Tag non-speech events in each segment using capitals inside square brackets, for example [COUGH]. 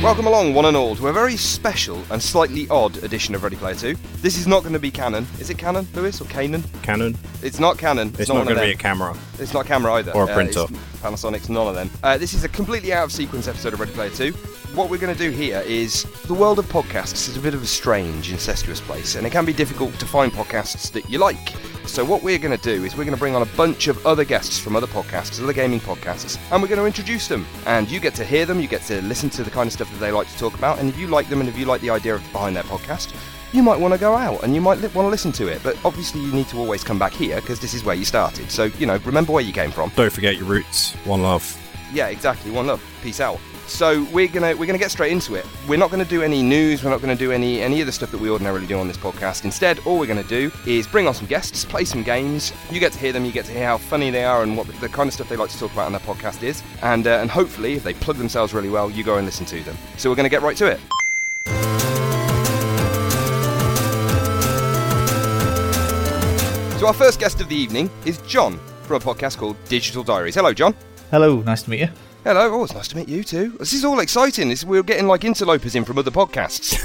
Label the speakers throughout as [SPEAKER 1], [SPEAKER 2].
[SPEAKER 1] Welcome along, one and all, to a very special and slightly odd edition of Ready Player 2. This is not going to be canon. Is it canon, Lewis, or Canon?
[SPEAKER 2] Canon.
[SPEAKER 1] It's not canon.
[SPEAKER 2] It's, not,
[SPEAKER 1] one of
[SPEAKER 2] going to be a
[SPEAKER 1] them.
[SPEAKER 2] camera.
[SPEAKER 1] It's not camera either. Uh,
[SPEAKER 2] Or a
[SPEAKER 1] it's
[SPEAKER 2] printer.
[SPEAKER 1] Panasonic's none of them. Uh, this is a completely out of sequence episode of Ready Player 2. What we're going to do here is the world of podcasts is a bit of a strange, incestuous place, and it can be difficult to find podcasts that you like. So what we're going to do is we're going to bring on a bunch of other guests from other podcasts, other gaming podcasts, and we're going to introduce them. And you get to hear them, you get to listen to the kind of stuff that they like to talk about, and if you like them and if you like the idea of behind their podcast, you might want to go out and you might li- want to listen to it. But obviously, you need to always come back here because this is where you started. So you know, remember where you came from.
[SPEAKER 2] Don't forget your roots. One love.
[SPEAKER 1] Yeah, exactly. One love. Peace out. So we're gonna we're gonna get straight into it. We're not gonna do any news. We're not gonna do any any of the stuff that we ordinarily do on this podcast. Instead, all we're gonna do is bring on some guests, play some games. You get to hear them. You get to hear how funny they are and what the, the kind of stuff they like to talk about on their podcast is. And uh, and hopefully, if they plug themselves really well, you go and listen to them. So we're gonna get right to it. So our first guest of the evening is John from a podcast called Digital Diaries. Hello, John.
[SPEAKER 3] Hello, nice to meet you.
[SPEAKER 1] Hello, oh, it's nice to meet you too. This is all exciting. This, we're getting like interlopers in from other
[SPEAKER 3] [LAUGHS]
[SPEAKER 1] podcasts.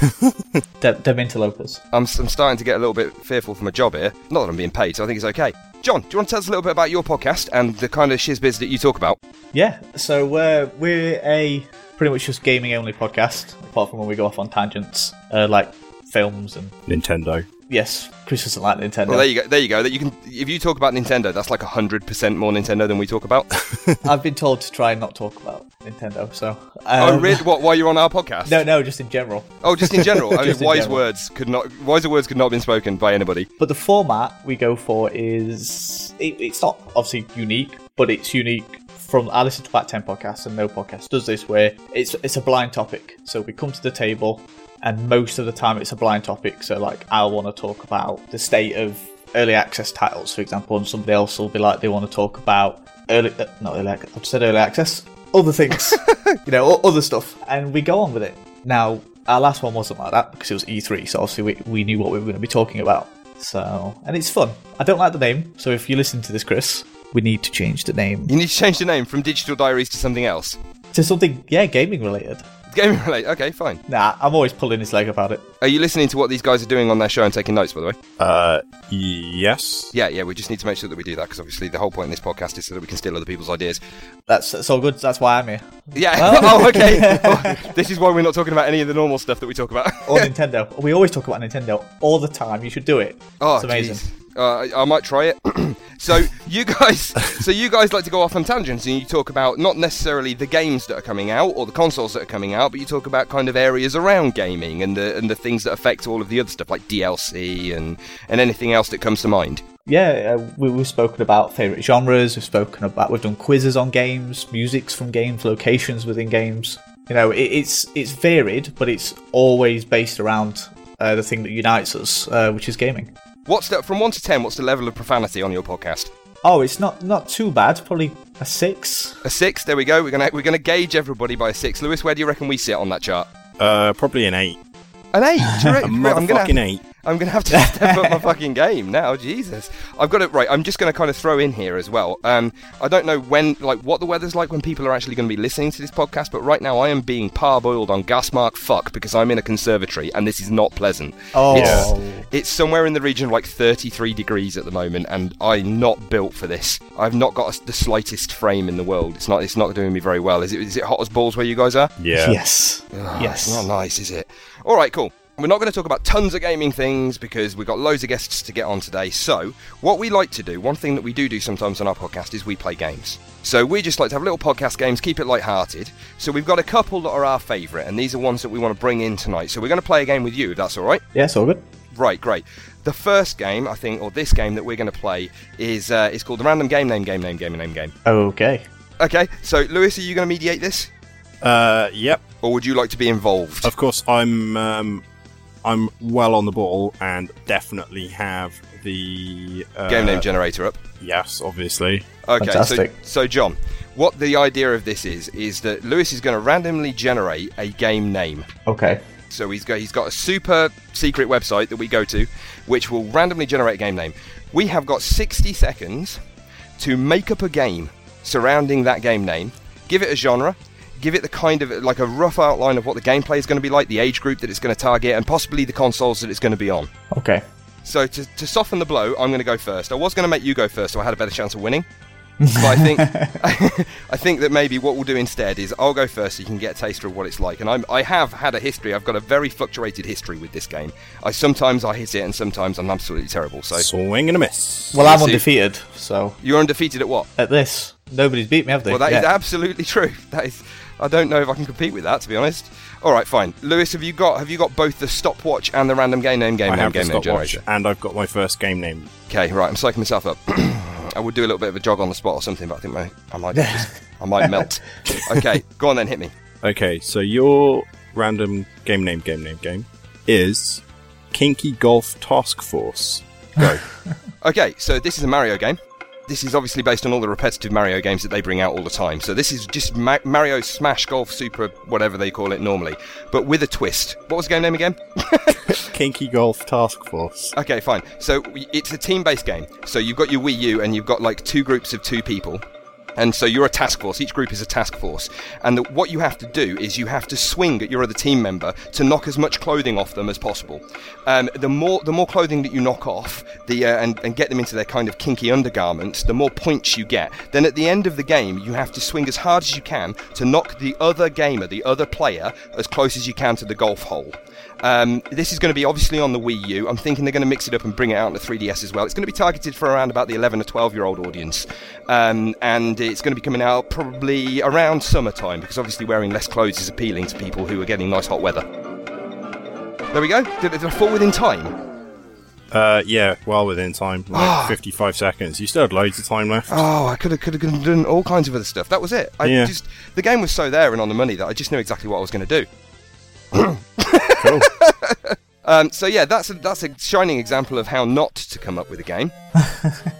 [SPEAKER 3] De- Deb Interlopers.
[SPEAKER 1] I'm, s am starting to get a little bit fearful for my job here. Not that I'm being paid, so I think it's okay. John, do you want to tell us a little bit about your podcast and the kind of shizbiz that you talk about?
[SPEAKER 3] Yeah, so uh, we're a pretty much just gaming only podcast, apart from when we go off on tangents, uh, like films and.
[SPEAKER 2] Nintendo.
[SPEAKER 3] Yes, Chris doesn't like Nintendo.
[SPEAKER 1] Well, there you go. There you go. That you can. If you talk about Nintendo, that's like hundred percent more Nintendo than we talk
[SPEAKER 3] [LAUGHS]
[SPEAKER 1] about.
[SPEAKER 3] I've been told to try and not talk about Nintendo, so. Um,
[SPEAKER 1] oh, really? What? Why you're on our podcast?
[SPEAKER 3] [LAUGHS] No, no, just in general.
[SPEAKER 1] Oh, just in
[SPEAKER 3] [LAUGHS]
[SPEAKER 1] general. I mean,
[SPEAKER 3] Just in
[SPEAKER 1] wise
[SPEAKER 3] general.
[SPEAKER 1] words could not. Wiser words could not have been spoken by anybody.
[SPEAKER 3] But the format we go for is. It, it's not obviously unique, but it's unique. From I listen to about ten podcasts, and no podcast does this where it's it's a blind topic. So we come to the table, and most of the time it's a blind topic. So like I'll want to talk about the state of early access titles, for example, and somebody else will be like they want to talk about early uh, not early access. I just said early access, other things, [LAUGHS] you know, o- other stuff, and we go on with it. Now our last one wasn't like that because it was E3, so obviously we, we knew what we were going to be talking about. So and it's fun. I don't like the name, so if you listen to this, Chris, we need to change the name
[SPEAKER 1] You need to change the name from Digital Diaries to something else.
[SPEAKER 3] to something yeah gaming related.
[SPEAKER 1] Gaming [LAUGHS] related. Okay, fine.
[SPEAKER 3] Nah, I'm always pulling his leg about it.
[SPEAKER 1] Are you listening to what these guys are doing on their show and taking notes, by the way?
[SPEAKER 2] Uh, yes.
[SPEAKER 1] Yeah, yeah, we just need to make sure that we do that because obviously the whole point in this podcast is so that we can steal other people's ideas.
[SPEAKER 3] That's that's all good. That's why I'm here.
[SPEAKER 1] Yeah.
[SPEAKER 3] Oh.
[SPEAKER 1] [LAUGHS] oh,
[SPEAKER 3] [LAUGHS]
[SPEAKER 1] okay. Oh, this is why we're not talking about any of the normal stuff that we talk about. [LAUGHS]
[SPEAKER 3] [LAUGHS] Or Nintendo. We always talk about Nintendo all the time. You should do it.
[SPEAKER 1] oh,
[SPEAKER 3] it's amazing.
[SPEAKER 1] jeez. Uh, I, I might try it. [CLEARS THROAT] so you guys,
[SPEAKER 3] [LAUGHS]
[SPEAKER 1] so you guys like to go off on tangents and you talk about not necessarily the games that are coming out or the consoles that are coming out, but you talk about kind of areas around gaming and the and the things that affect all of the other stuff like DLC and and anything else that comes to mind.
[SPEAKER 3] Yeah, uh, we, we've spoken about favorite genres. We've spoken about we've done quizzes on games, musics from games, locations within games. You know, it, it's it's varied, but it's always based around uh, the thing that unites us, uh, which is gaming.
[SPEAKER 1] What's the, from one to ten? What's the level of profanity on your podcast?
[SPEAKER 3] Oh, it's not not too bad. Probably a six.
[SPEAKER 1] A six. There we go. We're gonna we're gonna gauge everybody by a six. Lewis, where do you reckon we sit on that chart?
[SPEAKER 2] Uh, probably an eight.
[SPEAKER 1] An eight. do you reckon-
[SPEAKER 2] A [LAUGHS]
[SPEAKER 1] I'm gonna
[SPEAKER 2] motherfucking eight.
[SPEAKER 1] I'm gonna have to step
[SPEAKER 2] [LAUGHS]
[SPEAKER 1] up my fucking game now. Jesus, I've got it right. I'm just gonna kind of throw in here as well. Um, I don't know when, like, what the weather's like when people are actually going to be listening to this podcast, but right now I am being parboiled on gas mark fuck because I'm in a conservatory and this is not pleasant.
[SPEAKER 3] Oh.
[SPEAKER 1] It's, it's somewhere in the region of like 33 degrees at the moment, and I'm not built for this. I've not got a, the slightest frame in the world. It's not. It's not doing me very well. Is it? Is it hot as balls where you guys are?
[SPEAKER 2] Yeah.
[SPEAKER 3] Yes.
[SPEAKER 1] Ah,
[SPEAKER 3] yes.
[SPEAKER 1] It's not nice, is it? All right, cool. We're not going to talk about tons of gaming things because we've got loads of guests to get on today. So, what we like to do, one thing that we do do sometimes on our podcast is we play games. So, we just like to have little podcast games, keep it light-hearted. So, we've got a couple that are our favourite, and these are ones that we want to bring in tonight. So, we're going to play a game with you, if that's all right.
[SPEAKER 3] Yes, all good.
[SPEAKER 1] Right, great. The first game, I think, or this game that we're going to play is uh, is called the Random Game Name Game Name Game Name Game.
[SPEAKER 3] Okay.
[SPEAKER 1] Okay, so Lewis, are you going to mediate this,
[SPEAKER 2] Uh, yep.
[SPEAKER 1] or would you like to be involved?
[SPEAKER 2] Of course, I'm um, I'm well on the ball and definitely have the uh,
[SPEAKER 1] game name generator up.
[SPEAKER 2] Yes, obviously.
[SPEAKER 1] Okay,
[SPEAKER 3] Fantastic.
[SPEAKER 1] so so John, what the idea of this is is that Lewis is going to randomly generate a game name.
[SPEAKER 3] Okay.
[SPEAKER 1] So he's got he's got a super secret website that we go to, which will randomly generate a game name. We have got 60 seconds to make up a game surrounding that game name, give it a genre, give it the kind of like a rough outline of what the gameplay is going to be like, the age group that it's going to target, and possibly the consoles that it's going to be on.
[SPEAKER 3] Okay.
[SPEAKER 1] So to, to soften the blow, I'm going to go first. I was going to make you go first, so I had a better chance of winning. But I think
[SPEAKER 2] [LAUGHS]
[SPEAKER 1] I think [LAUGHS] that maybe what we'll do instead is I'll go first, so you can get a taster of what it's like. And I'm, I have had a history. I've got a very fluctuated history with this game. I sometimes I hit it, and sometimes I'm absolutely terrible. So
[SPEAKER 2] Swing and a miss.
[SPEAKER 3] Well, I'm
[SPEAKER 1] See-
[SPEAKER 3] undefeated, so
[SPEAKER 1] you're undefeated at what?
[SPEAKER 3] at this, nobody's beat me, have they?
[SPEAKER 1] Well, that is
[SPEAKER 3] Yeah. [LAUGHS]
[SPEAKER 1] absolutely [LAUGHS] true. That is. I don't know if I can compete with that, to be honest. All right, fine. Lewis, have you got have you got both the stopwatch and the random game name game
[SPEAKER 2] I
[SPEAKER 1] name
[SPEAKER 2] have the
[SPEAKER 1] game name
[SPEAKER 2] stopwatch
[SPEAKER 1] generator?
[SPEAKER 2] and I've got my first game name.
[SPEAKER 1] Okay, right, I'm psyching myself up. [CLEARS THROAT] I would do a little bit of a jog on the spot or something, but I think my, I might just, I might melt. Okay, go on then, hit me.
[SPEAKER 2] Okay, so your random game name, game name, game is Kinky Golf Task Force.
[SPEAKER 1] Okay, so this is a Mario game. This is obviously based on all the repetitive Mario games that they bring out all the time. So this is just Ma- Mario Smash Golf Super, whatever they call it normally, but with a twist. What was the game name again?
[SPEAKER 2] Kinky Golf Task Force.
[SPEAKER 1] Okay, fine. So we- it's a team-based game. So you've got your Wii U, and you've got like two groups of two people, and so you're a task force. Each group is a task force, and the, what you have to do is you have to swing at your other team member to knock as much clothing off them as possible. Um, the more the more clothing that you knock off, the uh, and, and get them into their kind of kinky undergarments, the more points you get. Then at the end of the game, you have to swing as hard as you can to knock the other gamer, the other player, as close as you can to the golf hole. Um, this is going to be obviously on the Wii U. I'm thinking they're going to mix it up and bring it out on the 3DS as well. It's going to be targeted for around about the 11 or 12 year old audience, um, and it's going to be coming out probably around summertime because obviously wearing less clothes is appealing to people who are getting nice hot weather. There we go. Did, did I fall within time?
[SPEAKER 2] Uh, yeah, well within time, like 55 seconds. You still had loads of time left.
[SPEAKER 1] Oh, I could have could have done all kinds of other stuff. That was it. I
[SPEAKER 2] Yeah.
[SPEAKER 1] just the game was so there and on the money that I just knew exactly what I was going to do.
[SPEAKER 2] Cool.
[SPEAKER 1] [LAUGHS] Um, so yeah, that's a, that's a shining example of how not to come up with a
[SPEAKER 2] [LAUGHS]
[SPEAKER 1] game.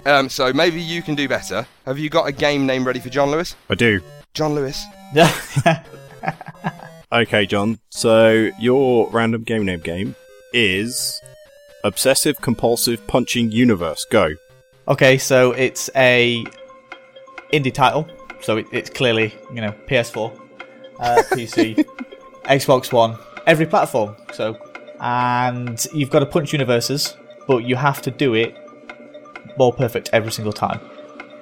[SPEAKER 1] um, so maybe you can do better. Have you got a game name ready for John Lewis?
[SPEAKER 2] I do.
[SPEAKER 1] John Lewis.
[SPEAKER 2] Okay, John. So your random game name game is Obsessive Compulsive Punching Universe. Go.
[SPEAKER 3] okay, so it's a indie title, so it, it's clearly you know PS4, uh, PC, Xbox One, every platform. So, and you've got to punch universes, but you have to do it more perfect every single time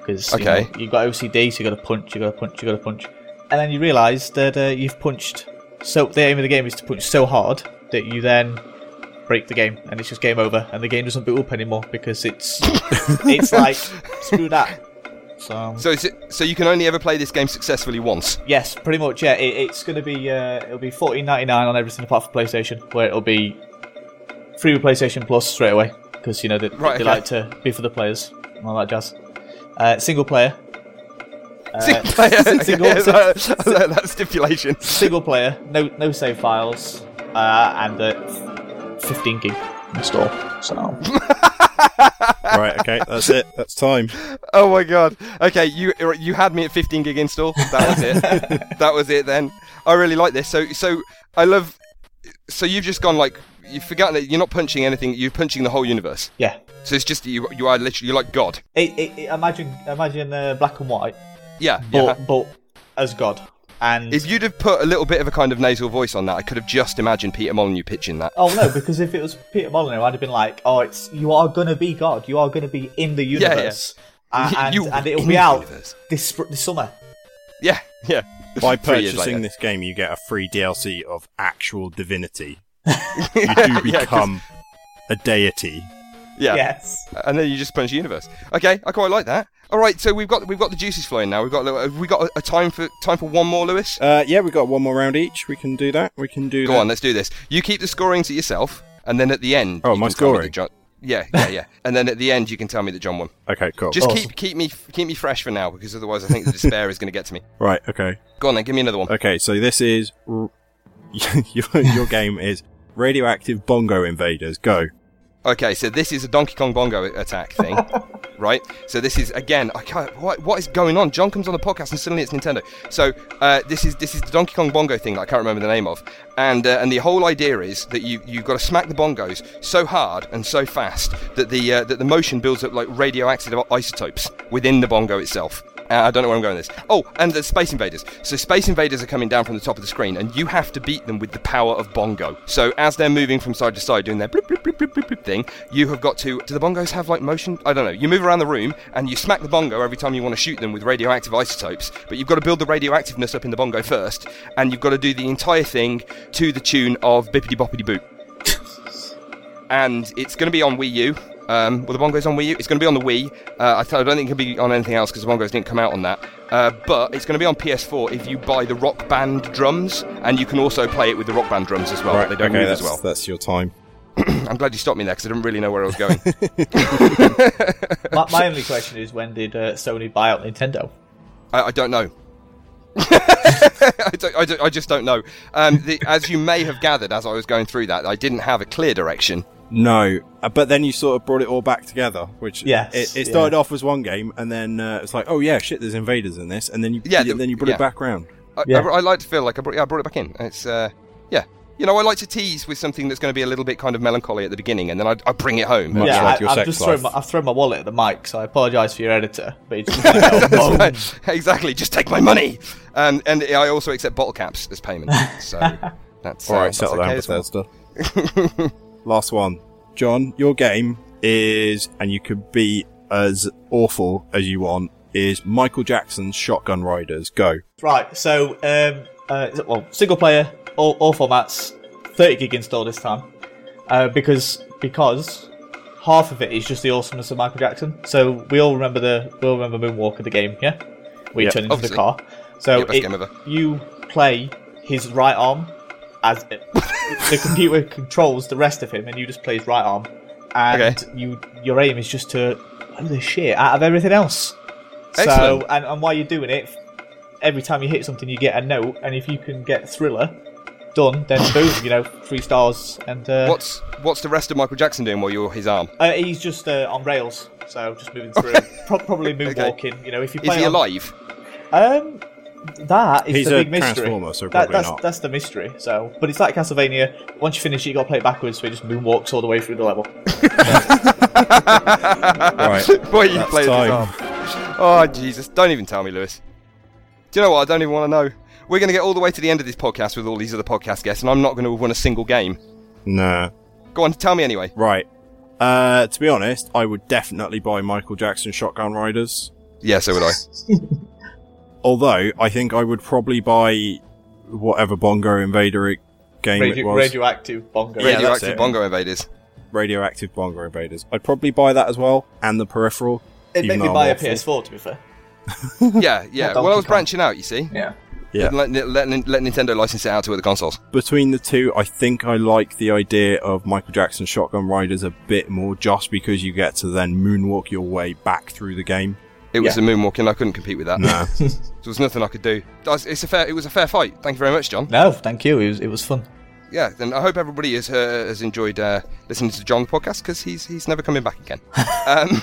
[SPEAKER 3] because you
[SPEAKER 1] Okay.
[SPEAKER 3] know, you've got OCD, so you got to punch, you got to punch, you got to punch, and then you realise that uh, you've punched. So the aim of the game is to punch so hard that you then break the game and it's just game over and the game doesn't boot up anymore because it's it's like screw that so,
[SPEAKER 1] So is it, so you can only ever play this game successfully once.
[SPEAKER 3] yes pretty much yeah it, it's gonna be uh, it'll be 14.99 on everything apart from playstation where it'll be free with playstation plus straight away because you know they,
[SPEAKER 1] Right, okay.
[SPEAKER 3] they like to be for the players and all that jazz uh, single player
[SPEAKER 2] Uh, [LAUGHS]
[SPEAKER 1] Single player.
[SPEAKER 3] single-
[SPEAKER 1] [LAUGHS] Yeah, that- I learned that stipulation.
[SPEAKER 3] single player no no save files uh, and uh, 15 gig install
[SPEAKER 1] [LAUGHS]
[SPEAKER 3] so
[SPEAKER 2] Right. [LAUGHS] Okay. That's it. That's time.
[SPEAKER 1] Oh my god. Okay, you er, you had me at 15 gig install. That was
[SPEAKER 2] [LAUGHS]
[SPEAKER 1] it. that was it then. I really like this. So so I love so you've just gone like you've forgotten that you're not punching anything. You're punching the whole universe.
[SPEAKER 3] Yeah.
[SPEAKER 1] So it's just that you you are literally you're like God.
[SPEAKER 3] It, it, it- imagine imagine uh, black and white,
[SPEAKER 1] Yeah.
[SPEAKER 3] but
[SPEAKER 1] yeah.
[SPEAKER 3] but as God. And
[SPEAKER 1] If you'd have put a little bit of a kind of nasal voice on that, I could have just imagined Peter Molyneux pitching that. [LAUGHS]
[SPEAKER 3] oh no, because if it was Peter Molyneux, I'd have been like, oh, it's you are gonna be God. You are gonna be in the
[SPEAKER 1] Yeah, yeah.
[SPEAKER 3] universe. A-
[SPEAKER 1] [LAUGHS]
[SPEAKER 3] And,
[SPEAKER 1] You-
[SPEAKER 3] and it'll
[SPEAKER 1] in
[SPEAKER 3] be
[SPEAKER 1] the
[SPEAKER 3] out
[SPEAKER 1] universe.
[SPEAKER 3] this, spr- this summer.
[SPEAKER 1] Yeah, yeah.
[SPEAKER 2] [LAUGHS] By
[SPEAKER 1] Three years
[SPEAKER 2] purchasing
[SPEAKER 1] later.
[SPEAKER 2] this game, you get a free DLC of
[SPEAKER 1] [LAUGHS]
[SPEAKER 2] actual divinity. you do become a deity.
[SPEAKER 1] Yeah.
[SPEAKER 3] Yes.
[SPEAKER 1] [LAUGHS] And then you just punch the universe. Okay, I quite like that. All right, so we've got we've got the juices flowing now. We've got a little- have we got a, a time for time for one more, Lewis.
[SPEAKER 2] Uh, yeah, we got one more round each. We can do that. We can do
[SPEAKER 1] Go
[SPEAKER 2] that.
[SPEAKER 1] on, let's do this. You keep the scoring to yourself, and then at the end,
[SPEAKER 2] Oh,
[SPEAKER 1] you
[SPEAKER 2] my
[SPEAKER 1] can tell me
[SPEAKER 2] scoring?
[SPEAKER 1] that John. Yeah, yeah, yeah. and then at the end, you can tell me that John won.
[SPEAKER 2] Okay, cool.
[SPEAKER 1] Just
[SPEAKER 3] Awesome.
[SPEAKER 1] keep keep me keep me fresh for now, because otherwise, I think the despair is going to get to me.
[SPEAKER 2] right, okay.
[SPEAKER 1] Go on, then, give me another one.
[SPEAKER 2] Okay, so this is. r- [LAUGHS] your,
[SPEAKER 3] [LAUGHS]
[SPEAKER 2] your game is Radioactive Bongo Invaders. Go.
[SPEAKER 1] Okay, so this is a Donkey Kong Bongo attack thing, right? So this is again, I can't. What, what is going on? John comes on the podcast and suddenly it's Nintendo. So uh, this is this is the Donkey Kong Bongo thing that I can't remember the name of, and uh, and the whole idea is that you you've got to smack the bongos so hard and so fast that the uh, that the motion builds up like radioactive isotopes within the bongo itself. Uh, I don't know where I'm going with this. Oh, and the Space Invaders. So Space Invaders are coming down from the top of the screen, and you have to beat them with the power of Bongo. So as they're moving from side to side, doing their blip, blip, blip, blip, blip, blip thing, you have got to. Do the Bongos have like motion? I don't know. You move around the room, and you smack the Bongo every time you want to shoot them with radioactive isotopes. But you've got to build the radioactiveness up in the Bongo first, and you've got to do the entire thing to the tune of Bippity Boppity Boo and it's going to be on Wii U. Um, well, the Bongo's on Wii U. It's going to be on the Wii. Uh, I, th- I don't think it can be on anything else because the Bongos didn't come out on that. Uh, but it's going to be on PS4 if you buy the Rock Band drums, and you can also play it with the Rock Band drums as well.
[SPEAKER 2] right,
[SPEAKER 1] they don't
[SPEAKER 2] okay,
[SPEAKER 1] move
[SPEAKER 2] that's,
[SPEAKER 1] as well.
[SPEAKER 2] that's your time.
[SPEAKER 1] I'm glad you stopped me there because I didn't really know where I was
[SPEAKER 2] [LAUGHS]
[SPEAKER 1] going.
[SPEAKER 3] My, my only question is when did uh, Sony buy out Nintendo?
[SPEAKER 1] I, I don't know. [LAUGHS] I, don't, I, don't, I just don't know. Um, the, as you may have gathered, as I was going through that, I didn't have a clear direction.
[SPEAKER 2] No, uh, but then you sort of brought it all back together, which
[SPEAKER 3] Yes,
[SPEAKER 2] it, it
[SPEAKER 3] yeah.
[SPEAKER 2] started off as one game, and then uh, it's like, oh yeah, shit, there's invaders in this, and then you
[SPEAKER 1] Yeah,
[SPEAKER 2] you-
[SPEAKER 1] the-
[SPEAKER 2] then you brought
[SPEAKER 1] yeah.
[SPEAKER 2] it back round.
[SPEAKER 1] I,
[SPEAKER 3] Yeah.
[SPEAKER 1] I, I like to feel like I brought, yeah, I brought it back in. It's uh, yeah, you know, I like to tease with something that's going to be a little bit kind of melancholy at the beginning, and then I, I bring it home.
[SPEAKER 2] Much
[SPEAKER 3] yeah,
[SPEAKER 2] like your
[SPEAKER 3] I, I've
[SPEAKER 2] sex
[SPEAKER 3] just
[SPEAKER 2] life.
[SPEAKER 3] thrown my, I've thrown my wallet at the mic, so I apologise for your editor.
[SPEAKER 1] [LAUGHS]
[SPEAKER 3] But it's just like, [LAUGHS] oh, boom.
[SPEAKER 1] [LAUGHS] exactly, just take my money. Um, and I also accept bottle caps as payment.
[SPEAKER 2] [LAUGHS]
[SPEAKER 1] So that's
[SPEAKER 2] All
[SPEAKER 1] uh,
[SPEAKER 2] right,
[SPEAKER 1] that's
[SPEAKER 2] settle
[SPEAKER 1] okay
[SPEAKER 2] down,
[SPEAKER 1] as well.
[SPEAKER 2] Bethesda.
[SPEAKER 3] [LAUGHS]
[SPEAKER 2] Last one, John. Your game is, and you could be as awful as you want. Is Michael Jackson's Shotgun Riders? Go.
[SPEAKER 3] Right, so um, uh, is it- well, single player, all, all formats, thirty gig install this time, uh, because because half of it is just the awesomeness of Michael Jackson. So we all remember the we all remember Moonwalker the game, yeah, we
[SPEAKER 2] Yeah.
[SPEAKER 3] turn into
[SPEAKER 1] Obviously.
[SPEAKER 3] the car. So
[SPEAKER 1] Yeah, best
[SPEAKER 3] it-
[SPEAKER 1] game ever.
[SPEAKER 3] you play his right arm as [LAUGHS] it, the computer controls the rest of him, and you just play his right arm, and
[SPEAKER 1] Okay.
[SPEAKER 3] you your aim is just to blow the shit out of everything else.
[SPEAKER 1] Excellent.
[SPEAKER 3] So and, and while you're doing it, every time you hit something, you get a note, and if you can get Thriller done, then
[SPEAKER 1] [LAUGHS]
[SPEAKER 3] boom, you know, three stars, and uh,
[SPEAKER 1] What's what's the rest of Michael Jackson doing while you're his arm?
[SPEAKER 3] uh, he's just uh, on rails, so just moving through,
[SPEAKER 1] [LAUGHS]
[SPEAKER 3] Pro- probably moonwalking. You know, if you
[SPEAKER 1] Is
[SPEAKER 3] play
[SPEAKER 1] he
[SPEAKER 3] on-
[SPEAKER 1] alive?
[SPEAKER 3] Um, that is
[SPEAKER 2] He's
[SPEAKER 3] the
[SPEAKER 2] a
[SPEAKER 3] big mystery.
[SPEAKER 2] Transformer, so
[SPEAKER 3] That-
[SPEAKER 2] probably
[SPEAKER 3] that's,
[SPEAKER 2] not.
[SPEAKER 3] That's the mystery. So, but it's like Castlevania. Once you finish it, you got to play it backwards, so he just moonwalks all the way through the level.
[SPEAKER 1] [LAUGHS]
[SPEAKER 2] Right.
[SPEAKER 1] Boy, you
[SPEAKER 2] That's
[SPEAKER 1] played his
[SPEAKER 2] time.
[SPEAKER 1] arm. Oh Jesus! Don't even tell me, Lewis. Do you know what? I don't even want to know. We're going to get all the way to the end of this podcast with all these other podcast guests, and I'm not going to have won a single game.
[SPEAKER 2] nah.
[SPEAKER 1] Go on, tell me anyway.
[SPEAKER 2] Right. Uh, to be honest, I would definitely buy Michael Jackson Shotgun Riders.
[SPEAKER 1] Yeah, so would I.
[SPEAKER 2] Although I think I would probably buy whatever Bongo Invader it- game it
[SPEAKER 3] Radio-
[SPEAKER 2] was.
[SPEAKER 3] radioactive bongo.
[SPEAKER 2] Yeah, that's
[SPEAKER 1] Radioactive
[SPEAKER 2] it.
[SPEAKER 1] Bongo Invaders.
[SPEAKER 2] Radioactive Bongo Invaders. I'd probably buy that as well, and the peripheral.
[SPEAKER 3] It'd
[SPEAKER 2] even
[SPEAKER 3] make me
[SPEAKER 2] though I'm
[SPEAKER 3] buy a
[SPEAKER 2] awful.
[SPEAKER 3] PS4, to be fair. [LAUGHS]
[SPEAKER 1] Yeah, yeah.
[SPEAKER 3] Not Donkey
[SPEAKER 1] Well, I was
[SPEAKER 3] Kong.
[SPEAKER 1] branching out, you see.
[SPEAKER 3] Yeah.
[SPEAKER 2] Yeah.
[SPEAKER 1] Let, let, let Nintendo license it out to other consoles.
[SPEAKER 2] Between the two, I think I like the idea of Michael Jackson Shotgun Riders a bit more, just because you get to then moonwalk your way back through the game.
[SPEAKER 1] It was
[SPEAKER 3] Yeah.
[SPEAKER 1] the moonwalk, and I couldn't compete with that. [LAUGHS]
[SPEAKER 2] Nah.
[SPEAKER 1] There was nothing I could do. That's- It's a fair. It was a fair fight. Thank you very much, John.
[SPEAKER 3] No, thank you. It was, it was fun.
[SPEAKER 1] Yeah. Then I hope everybody has, uh, has enjoyed uh, listening to John's podcast because he's he's never coming back again. Um,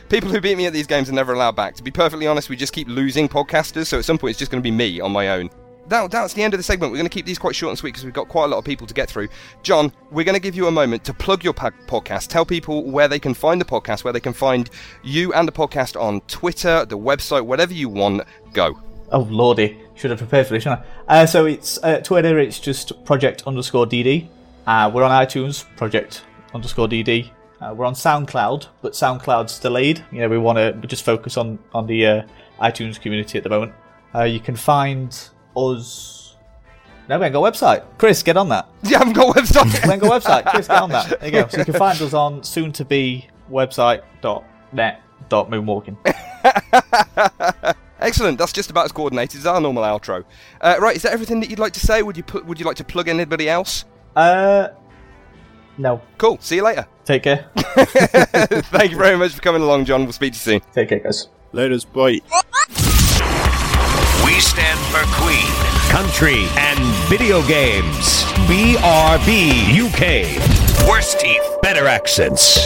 [SPEAKER 1] [LAUGHS] people who beat me at these games are never allowed back. To be perfectly honest, we just keep losing podcasters. So at some point, it's just going to be me on my own. that, that's the end of the segment. We're going to keep these quite short and sweet because we've got quite a lot of people to get through. John, we're going to give you a moment to plug your po- podcast. Tell people where they can find the podcast, where they can find you and the podcast on Twitter, the website, whatever you want. Go. [LAUGHS]
[SPEAKER 3] Oh lordy, should have prepared for this, shouldn't I? Uh, so it's uh, Twitter. It's just project underscore DD. Uh, we're on iTunes, project underscore DD. Uh, we're on SoundCloud, but SoundCloud's delayed. You know, we want to just focus on on the uh, iTunes community at the moment. Uh, you can find us. No, we ain't got a website. Chris, get on that.
[SPEAKER 1] You haven't got a website.
[SPEAKER 3] We ain't got a website. Chris, get on that. There you go. So you can find us on soon to be website.net. Dot moonwalking.
[SPEAKER 1] Excellent. That's just about as coordinated as our normal outro. Uh, right, is that everything that you'd like to say? Would you put, Would you like to plug anybody else?
[SPEAKER 3] Uh, no.
[SPEAKER 1] Cool. See you later. [LAUGHS]
[SPEAKER 3] Take care.
[SPEAKER 1] Thank you very much for coming along, John. We'll speak to you soon.
[SPEAKER 3] Take care, guys.
[SPEAKER 2] Laters, bye.
[SPEAKER 4] We stand for Queen, Country, and Video Games. BRB UK. Worse teeth, better accents.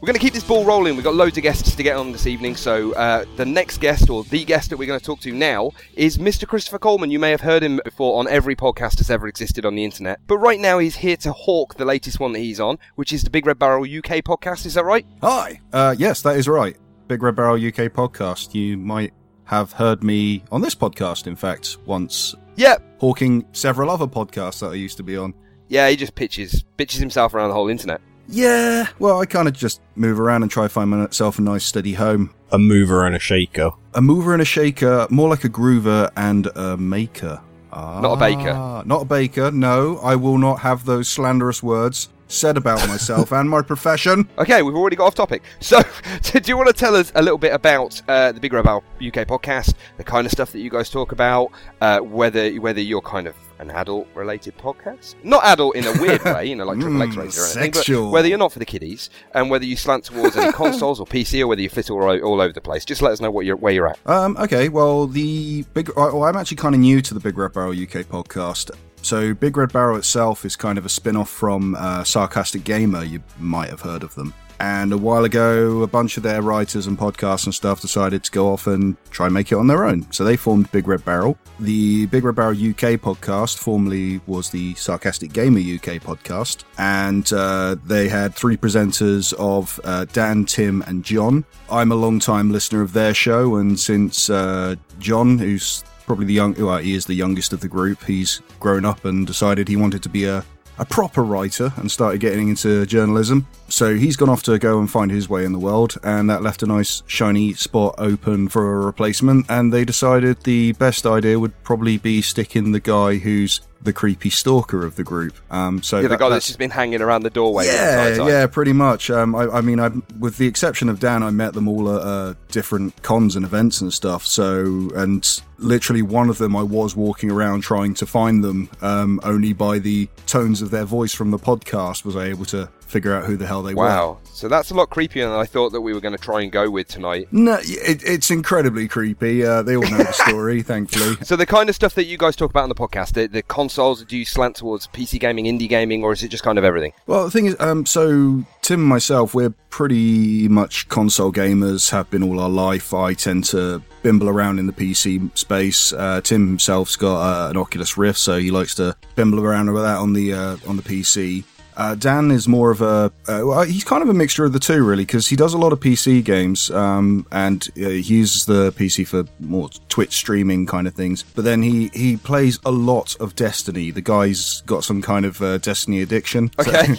[SPEAKER 1] We're going to keep this ball rolling. We've got loads of guests to get on this evening. So uh, the next guest, or the guest that we're going to talk to now, is Mr. Christopher Coleman. You may have heard him before on every podcast that's ever existed on the internet. But right now, he's here to hawk the latest one that he's on, which is the Big Red Barrel UK podcast. Is that right?
[SPEAKER 5] Hi. Uh, yes, that is right. Big Red Barrel UK podcast. You might have heard me on this podcast, in fact, once
[SPEAKER 1] Yeah.
[SPEAKER 5] hawking several other podcasts that I used to be on.
[SPEAKER 1] Yeah, he just pitches pitches himself around the whole internet.
[SPEAKER 5] Yeah, well, I kind of just move around and try to find myself a nice, steady home.
[SPEAKER 2] A mover and a shaker.
[SPEAKER 5] A mover and a shaker, more like a groover and a maker. Ah,
[SPEAKER 1] Not a baker.
[SPEAKER 5] Not a baker. No, I will not have those slanderous words said about myself and my profession.
[SPEAKER 1] Okay, we've already got off topic. [LAUGHS] So, do you want to tell us a little bit about uh, the Big Red Barrel UK podcast, the kind of stuff that you guys talk about, uh, whether whether you're kind of an adult-related podcast, not adult in a
[SPEAKER 5] [LAUGHS]
[SPEAKER 1] weird way, you know, like Triple X
[SPEAKER 5] Mm,
[SPEAKER 1] Ranger or anything, but
[SPEAKER 5] sexual.
[SPEAKER 1] whether you're not for the kiddies, and whether you slant towards
[SPEAKER 5] [LAUGHS]
[SPEAKER 1] any consoles or PC, or whether you fit all, o- all over the place. Just let us know what you're where you're at.
[SPEAKER 5] Um, okay, well, the big. I- Well, I'm actually kind of new to the Big Red Barrel UK podcast. So, Big Red Barrel itself is kind of a spin off from uh, Sarcastic Gamer. You might have heard of them. And a while ago, a bunch of their writers and podcasts and stuff decided to go off and try and make it on their own. So, they formed Big Red Barrel. The Big Red Barrel UK podcast formerly was the Sarcastic Gamer UK podcast. And uh, they had three presenters of uh, Dan, Tim, and John. I'm a long time listener of their show, and since uh, John, who's probably the young, well, he is the youngest of the group, he's grown up and decided he wanted to be a a proper writer and started getting into journalism. So he's gone off to go and find his way in the world, and that left a nice shiny spot open for a replacement. And they decided the best idea would probably be sticking the guy who's the creepy stalker of the group. Um, so
[SPEAKER 1] Yeah, the
[SPEAKER 5] that-
[SPEAKER 1] guy
[SPEAKER 5] that's-
[SPEAKER 1] that's just been hanging around the doorway. the
[SPEAKER 5] yeah,
[SPEAKER 1] entire time.
[SPEAKER 5] yeah, pretty much. Um, I, I mean, I, with the exception of Dan, I met them all at uh, different cons and events and stuff. So, and literally one of them, I was walking around trying to find them. Um, only by the tones of their voice from the podcast was I able to figure out who the hell they were.
[SPEAKER 1] Wow. So that's a lot creepier than I thought that we were going to try and go with tonight.
[SPEAKER 5] No, it, it's incredibly creepy. Uh, they all
[SPEAKER 1] [LAUGHS]
[SPEAKER 5] know the story, thankfully.
[SPEAKER 1] So the kind of stuff that you guys talk about on the podcast, the, the consoles, do you slant towards PC gaming, indie gaming, or is it just kind of everything?
[SPEAKER 5] Well, the thing is, um, so Tim and myself, we're pretty much console gamers, have been all our life. I tend to bimble around in the PC space. Uh, Tim himself's got uh, an Oculus Rift, so he likes to bimble around with that on the uh, on the PC. Uh, Dan is more of a uh, well, he's kind of a mixture of the two really because he does a lot of PC games um, and uh, he uses the PC for more Twitch streaming kind of things. But then he he plays a lot of Destiny. The guy's got some kind of uh, Destiny addiction. So- [LAUGHS]
[SPEAKER 1] Okay.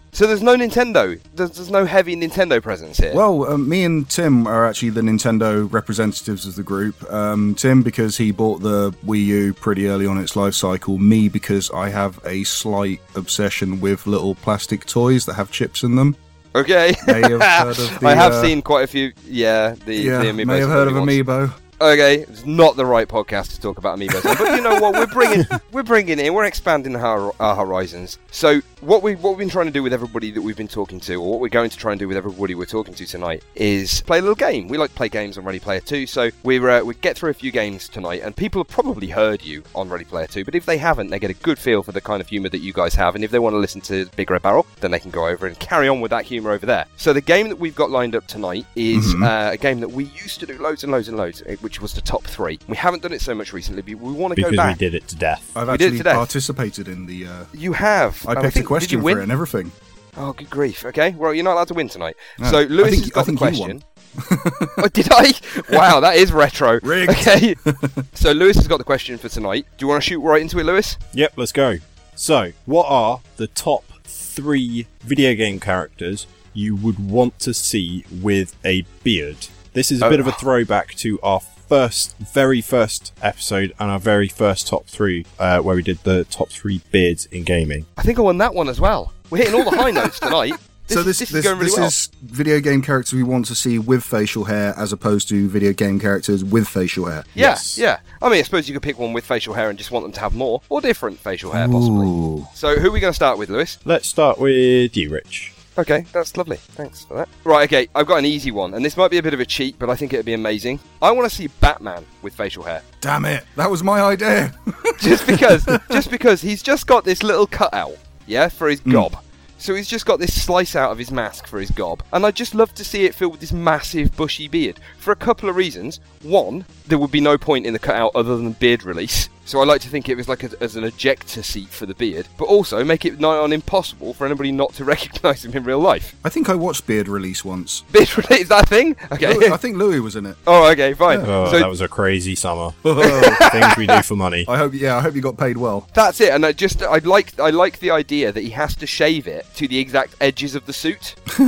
[SPEAKER 1] [LAUGHS] so there's no Nintendo. There's, there's no heavy Nintendo presence here.
[SPEAKER 5] Well, um, me and Tim are actually the Nintendo representatives of the group. Um, Tim because he bought the Wii U pretty early on its life cycle. Me because I have a slight obsession with little plastic toys that have chips in them.
[SPEAKER 1] okay.
[SPEAKER 5] May have
[SPEAKER 1] [LAUGHS]
[SPEAKER 5] heard of the,
[SPEAKER 1] I have
[SPEAKER 5] uh,
[SPEAKER 1] seen quite a few. Yeah, the,
[SPEAKER 5] Yeah,
[SPEAKER 1] the Amiibos.
[SPEAKER 5] may have
[SPEAKER 1] and
[SPEAKER 5] heard of
[SPEAKER 1] Pokemons.
[SPEAKER 5] Amiibo.
[SPEAKER 1] Okay, it's not the right podcast to talk about Amiibos, on, but you know what? We're bringing, we're bringing in, we're expanding our, our horizons. So what we what we've been trying to do with everybody that we've been talking to, or what we're going to try and do with everybody we're talking to tonight, is play a little game. We like to play games on Ready Player Two, so we're uh, we get through a few games tonight, and people have probably heard you on Ready Player Two, but if they haven't, they get a good feel for the kind of humour that you guys have, and if they want to listen to Big Red Barrel, then they can go over and carry on with that humour
[SPEAKER 5] Mm-hmm.
[SPEAKER 1] over there. So the game that we've got lined up tonight is uh, a game that we used to do loads and loads and loads. It- which was the top three. We haven't done it so much recently, but we want to go
[SPEAKER 6] because we
[SPEAKER 1] back.
[SPEAKER 6] did it to death.
[SPEAKER 5] I've
[SPEAKER 1] We did it
[SPEAKER 5] actually
[SPEAKER 1] to death.
[SPEAKER 5] participated in the. Uh,
[SPEAKER 1] You have.
[SPEAKER 5] I
[SPEAKER 1] and
[SPEAKER 5] picked
[SPEAKER 1] think-
[SPEAKER 5] a
[SPEAKER 1] did you
[SPEAKER 5] question
[SPEAKER 1] win?
[SPEAKER 5] for it and everything.
[SPEAKER 1] Oh, good grief. Okay, well, you're not allowed to win tonight.
[SPEAKER 5] No,
[SPEAKER 1] so,
[SPEAKER 5] I
[SPEAKER 1] Lewis
[SPEAKER 5] think-
[SPEAKER 1] has
[SPEAKER 5] I
[SPEAKER 1] got the
[SPEAKER 5] think you [LAUGHS]
[SPEAKER 1] question.
[SPEAKER 5] won.
[SPEAKER 1] oh, did I? Wow, that is retro.
[SPEAKER 5] Rigged. [LAUGHS]
[SPEAKER 1] Okay. so, Lewis has got the question for tonight. Do you want to shoot right into it, Lewis?
[SPEAKER 6] Yep, let's go.
[SPEAKER 2] So, what are the top three video game characters you would want to see with a beard? This is a
[SPEAKER 1] Oh.
[SPEAKER 2] bit of a throwback to our first, very first episode and our very first top three, uh, where we did the top three beards in gaming.
[SPEAKER 1] I think I won that one as well. We're hitting all the high notes
[SPEAKER 5] [LAUGHS]
[SPEAKER 1] tonight. This,
[SPEAKER 5] so this
[SPEAKER 1] this,
[SPEAKER 5] this,
[SPEAKER 1] is going really
[SPEAKER 5] this
[SPEAKER 1] well.
[SPEAKER 5] is video game characters we want to see with facial hair, as opposed to video game characters with facial hair.
[SPEAKER 1] Yeah,
[SPEAKER 2] Yes.
[SPEAKER 1] yeah. I mean, I suppose you could pick one with facial hair and just want them to have more or different facial hair, possibly.
[SPEAKER 5] Ooh.
[SPEAKER 1] So, who are we going to start with, Lewis?
[SPEAKER 2] Let's start with you, Rich.
[SPEAKER 1] Okay, that's lovely. Thanks for that. Right, okay, I've got an easy one, and this might be a bit of a cheat, but I think it'd be amazing. I want to see Batman with facial hair.
[SPEAKER 5] Damn it! That was my idea.
[SPEAKER 1] just because just because he's just got this little cutout, yeah, for his gob. So he's just got this slice out of his mask for his gob, and I'd just love to see it filled with this massive bushy beard for a couple of reasons. One, there would be no point in the cutout other than beard release, so I like to think it was like a, as an ejector seat for the beard, but also make it nigh on impossible for anybody not to [LAUGHS] recognise him in real life.
[SPEAKER 5] I think I watched Beard Release once.
[SPEAKER 1] Beard release is that a thing?
[SPEAKER 5] Louis- I
[SPEAKER 1] Okay.
[SPEAKER 5] think Louis was in it.
[SPEAKER 1] [LAUGHS] Oh, okay, fine.
[SPEAKER 6] Oh,
[SPEAKER 1] so
[SPEAKER 6] that was a crazy
[SPEAKER 5] [LAUGHS]
[SPEAKER 6] summer.
[SPEAKER 5] Oh,
[SPEAKER 6] Things we do for money.
[SPEAKER 5] I hope. Yeah, I hope you got paid well.
[SPEAKER 1] That's it, and I just I like I like the idea that he has to shave it to the exact edges of the suit,
[SPEAKER 5] [LAUGHS]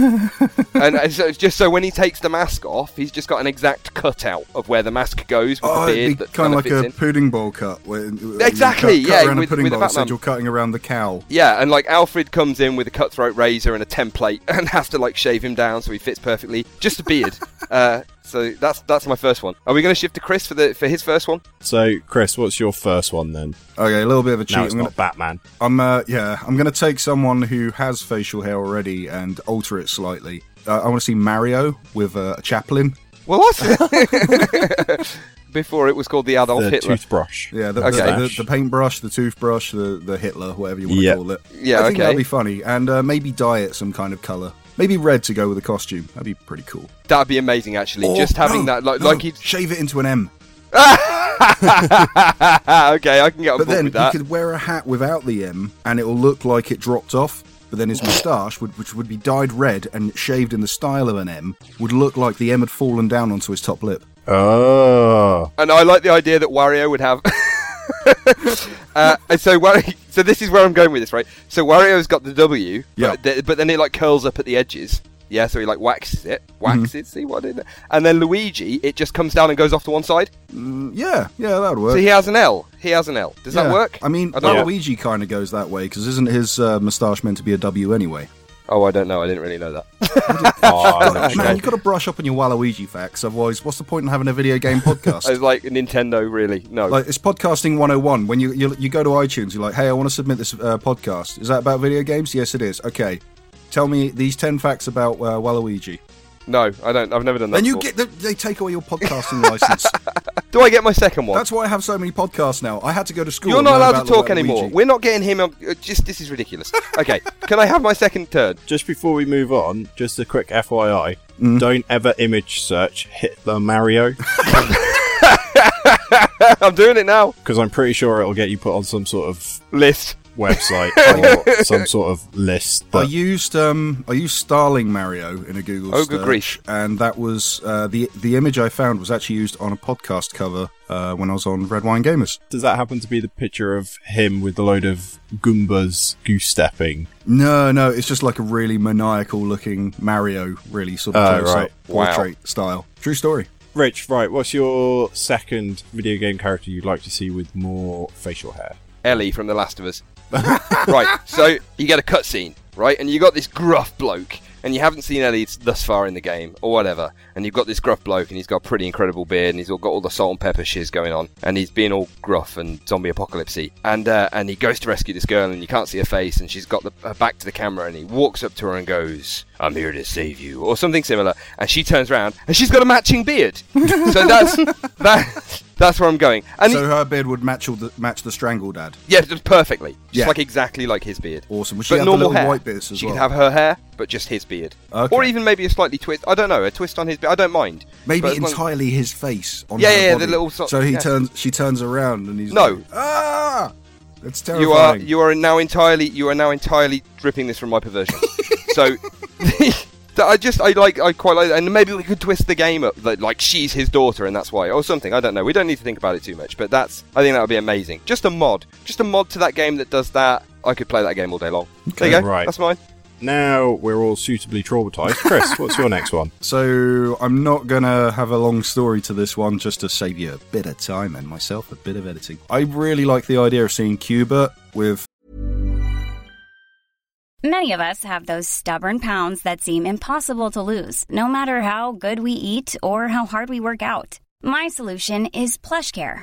[SPEAKER 1] and uh, so, just so when he takes the mask off, he's just got an exact cutout of where the mask goes with
[SPEAKER 5] Oh,
[SPEAKER 1] the beard
[SPEAKER 5] it'd be
[SPEAKER 1] that
[SPEAKER 5] kind of like
[SPEAKER 1] fits
[SPEAKER 5] a
[SPEAKER 1] in.
[SPEAKER 5] pudding bowl cut. Where, where you
[SPEAKER 1] Exactly,
[SPEAKER 5] Cut,
[SPEAKER 1] yeah,
[SPEAKER 5] cut around
[SPEAKER 1] with-
[SPEAKER 5] a pudding
[SPEAKER 1] with a
[SPEAKER 5] bowl. it
[SPEAKER 1] Batman.
[SPEAKER 5] said you're cutting around the cow.
[SPEAKER 1] Yeah, and like Alfred comes in with a cutthroat razor and a template, [LAUGHS] and has to like shave him down so he fits perfectly. Just a beard.
[SPEAKER 5] [LAUGHS]
[SPEAKER 1] uh, so that's that's my first one. Are we going to shift to Chris for the for his first one?
[SPEAKER 2] So, Chris, what's your first one then?
[SPEAKER 5] Okay, a little bit of a cheat.
[SPEAKER 6] Now it's
[SPEAKER 5] I'm gonna-
[SPEAKER 6] not Batman.
[SPEAKER 5] I'm uh, yeah, I'm gonna take someone who has facial hair already and alter it slightly. Uh, I want to see Mario with uh, a chaplain.
[SPEAKER 1] Well,
[SPEAKER 5] [LAUGHS]
[SPEAKER 1] what? [LAUGHS] Before it was called the Adolf
[SPEAKER 2] the
[SPEAKER 1] Hitler.
[SPEAKER 2] toothbrush.
[SPEAKER 5] Yeah, the,
[SPEAKER 1] Okay.
[SPEAKER 5] the, the, the paintbrush, the toothbrush, the, the Hitler, whatever you want to
[SPEAKER 2] Yeah.
[SPEAKER 5] call it.
[SPEAKER 1] Yeah,
[SPEAKER 5] I think
[SPEAKER 1] okay.
[SPEAKER 5] that'd be funny, and uh, maybe dye it some kind of color. Maybe red to go with the costume. That'd be pretty cool.
[SPEAKER 1] That'd be amazing, actually.
[SPEAKER 5] Or-
[SPEAKER 1] just having
[SPEAKER 5] Oh, no,
[SPEAKER 1] that, like,
[SPEAKER 5] no,
[SPEAKER 1] like
[SPEAKER 5] [GASPS]
[SPEAKER 1] he'd
[SPEAKER 5] shave it into an M.
[SPEAKER 1] Ah, okay, I can get on
[SPEAKER 5] But
[SPEAKER 1] board
[SPEAKER 5] then he
[SPEAKER 1] with that.
[SPEAKER 5] could wear a hat without the M, and it'll look like it dropped off. But then his moustache, would, which would be dyed red and shaved in the style of an M, would look like the M had fallen down onto his top lip. [LAUGHS]
[SPEAKER 2] Oh,
[SPEAKER 1] And I like the idea that Wario would have. uh, and so, Wario, so this is where I'm going with this, right? So Wario's got the W,
[SPEAKER 5] Yeah.
[SPEAKER 1] but, th- but then it like curls up at the edges. Yeah, so he like waxes it,
[SPEAKER 5] Mm-hmm.
[SPEAKER 1] waxes. See what I did there? And then Luigi, it just comes down and goes off to one side.
[SPEAKER 5] Yeah, yeah, that would work.
[SPEAKER 1] So he has an L. He has an L. Does that
[SPEAKER 5] Yeah.
[SPEAKER 1] work?
[SPEAKER 5] I mean,
[SPEAKER 1] I don't know.
[SPEAKER 5] Luigi kind of goes that way because isn't his uh, moustache meant to be a
[SPEAKER 1] [LAUGHS]
[SPEAKER 5] W anyway?
[SPEAKER 1] Oh, I don't know. I didn't really
[SPEAKER 5] [LAUGHS]
[SPEAKER 1] know that.
[SPEAKER 2] Oh, I'm not
[SPEAKER 5] Man,
[SPEAKER 2] sure.
[SPEAKER 5] you got to brush up on your Waluigi facts, otherwise, what's the point in having a
[SPEAKER 1] [LAUGHS]
[SPEAKER 5] video game
[SPEAKER 1] I was
[SPEAKER 5] podcast?
[SPEAKER 1] like Nintendo, really? No.
[SPEAKER 5] like it's podcasting 101 when you, you you go to iTunes you're like hey I want to submit this uh, podcast is that about video games yes it is okay tell me these 10 facts about uh, Waluigi
[SPEAKER 1] no, I don't. I've never done that.
[SPEAKER 5] then you
[SPEAKER 1] before.
[SPEAKER 5] get the, they take away your
[SPEAKER 1] [LAUGHS]
[SPEAKER 5] podcasting license
[SPEAKER 1] Do I get my second one?
[SPEAKER 5] that's why I have so many podcasts now I had to go to school
[SPEAKER 1] You're
[SPEAKER 5] and
[SPEAKER 1] not
[SPEAKER 5] learn
[SPEAKER 1] allowed
[SPEAKER 5] about
[SPEAKER 1] to talk
[SPEAKER 5] Waluigi.
[SPEAKER 1] anymore. We're not getting him. On, uh, just this is ridiculous. Okay, can I have my second turn? [LAUGHS]
[SPEAKER 2] Just before we move on, just a quick FYI.
[SPEAKER 5] Mm.
[SPEAKER 2] Don't ever image search Hitler Mario, [LAUGHS]
[SPEAKER 1] I'm doing it now.
[SPEAKER 2] because I'm pretty sure it'll get you put on some sort of
[SPEAKER 1] List.
[SPEAKER 5] [LAUGHS]
[SPEAKER 2] website or some sort of list.
[SPEAKER 5] I
[SPEAKER 2] That,
[SPEAKER 5] used um, I used Starling Mario in a Google
[SPEAKER 1] Oh, good
[SPEAKER 5] search,
[SPEAKER 1] grief.
[SPEAKER 5] and that was uh, the the image I found was actually used on a podcast cover uh, when I was on Red Wine Gamers.
[SPEAKER 2] does that happen to be the picture of him with a load of Goombas goose stepping?
[SPEAKER 5] No, no, it's just like a really maniacal looking Mario, really sort of
[SPEAKER 2] Oh,
[SPEAKER 5] close
[SPEAKER 2] right.
[SPEAKER 5] up
[SPEAKER 1] Wow.
[SPEAKER 5] portrait style. True story.
[SPEAKER 2] Rich, right, what's your second video game character you'd like to see with more facial hair?
[SPEAKER 1] Ellie from The Last of Us. [LAUGHS] right. So you get a cutscene, right? And you got this gruff bloke, and you haven't seen Ellie thus far in the game, or whatever. And you've got this gruff bloke, and he's got a pretty incredible beard, and he's all got all the salt and pepper shiz going on, and he's being all gruff and zombie apocalypsey. And uh, and he goes to rescue this girl, and you can't see her face, and she's got the, her back to the camera, and he walks up to her and goes, "I'm here to save you," or something similar. And she turns around, and she's got a matching beard. [LAUGHS] so that's that. [LAUGHS] That's where I'm going. And
[SPEAKER 5] so her beard would match all the, match the Strangle Dad.
[SPEAKER 1] yeah, just perfectly. Just
[SPEAKER 5] Yeah.
[SPEAKER 1] like exactly like his beard.
[SPEAKER 5] Awesome. Would she
[SPEAKER 1] But
[SPEAKER 5] have the
[SPEAKER 1] normal
[SPEAKER 5] little
[SPEAKER 1] hair.
[SPEAKER 5] white bits as
[SPEAKER 1] she
[SPEAKER 5] well?
[SPEAKER 1] could have her hair. but just his beard,
[SPEAKER 5] Okay.
[SPEAKER 1] or even maybe a slightly twist. I don't know, a twist on his beard. I don't mind.
[SPEAKER 5] Maybe
[SPEAKER 1] But as long-
[SPEAKER 5] entirely his face on
[SPEAKER 1] Yeah,
[SPEAKER 5] her
[SPEAKER 1] yeah, the
[SPEAKER 5] body.
[SPEAKER 1] little sort-
[SPEAKER 5] So he
[SPEAKER 1] yeah.
[SPEAKER 5] turns, she turns around, and he's
[SPEAKER 1] No.
[SPEAKER 5] like, ah, that's terrifying.
[SPEAKER 1] You are you are now entirely you are now entirely dripping this from my
[SPEAKER 5] [LAUGHS]
[SPEAKER 1] perversion. so [LAUGHS] that I just I like I quite like and maybe we could twist the game up that like she's his daughter and that's why or something I don't know. We don't need to think about it too much, but that's I think that would be amazing. Just a mod, just a mod to that game that does that. I could play that game all day long. there you go.
[SPEAKER 2] right.
[SPEAKER 1] That's mine.
[SPEAKER 2] Now we're all suitably traumatized.
[SPEAKER 5] [LAUGHS]
[SPEAKER 2] Chris, what's your next one?
[SPEAKER 5] So I'm not gonna have a long story to this one, just to save you a bit of time and myself a bit of editing. I really like the idea of seeing Cuba with
[SPEAKER 7] Many of us have those stubborn pounds that seem impossible to lose, no matter how good we eat or how hard we work out. My solution is PlushCare.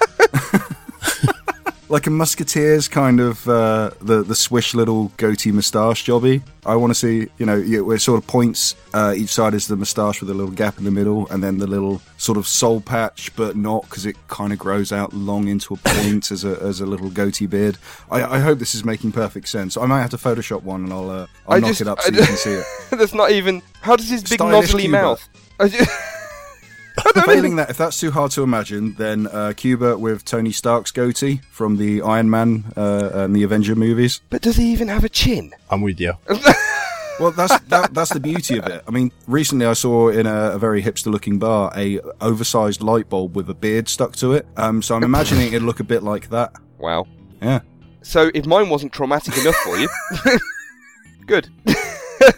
[SPEAKER 5] [LAUGHS] like a musketeers kind of uh, the the swish little goatee moustache jobby. I want to see you know you, where it sort of points uh, each side is the moustache with a little gap in the middle, and then the little sort of soul patch, but not because it kind of grows out long into a point as a as a little goatee beard. I, I hope this is making perfect sense. I might have to Photoshop one, and I'll uh, I'll
[SPEAKER 1] I
[SPEAKER 5] knock
[SPEAKER 1] just-
[SPEAKER 5] it up
[SPEAKER 1] I
[SPEAKER 5] so you
[SPEAKER 1] d-
[SPEAKER 5] can see it.
[SPEAKER 1] [LAUGHS] That's not even. How does his big
[SPEAKER 5] Stylish
[SPEAKER 1] nozzly
[SPEAKER 5] Cuba.
[SPEAKER 1] mouth? I ju- [LAUGHS]
[SPEAKER 5] Failing that, if that's too hard to imagine, then uh, Cuba with Tony Stark's goatee from the Iron Man uh, and the Avenger movies.
[SPEAKER 1] but does he even have a chin?
[SPEAKER 2] I'm with you.
[SPEAKER 5] Oh. Well, that's that, that's the beauty of it. I mean, recently I saw in a, a very hipster-looking bar a oversized light bulb with a beard stuck to it. Um, so I'm imagining it'd look a bit like that.
[SPEAKER 1] Wow.
[SPEAKER 5] Yeah.
[SPEAKER 1] So if mine wasn't traumatic enough for you, [LAUGHS] good. [LAUGHS]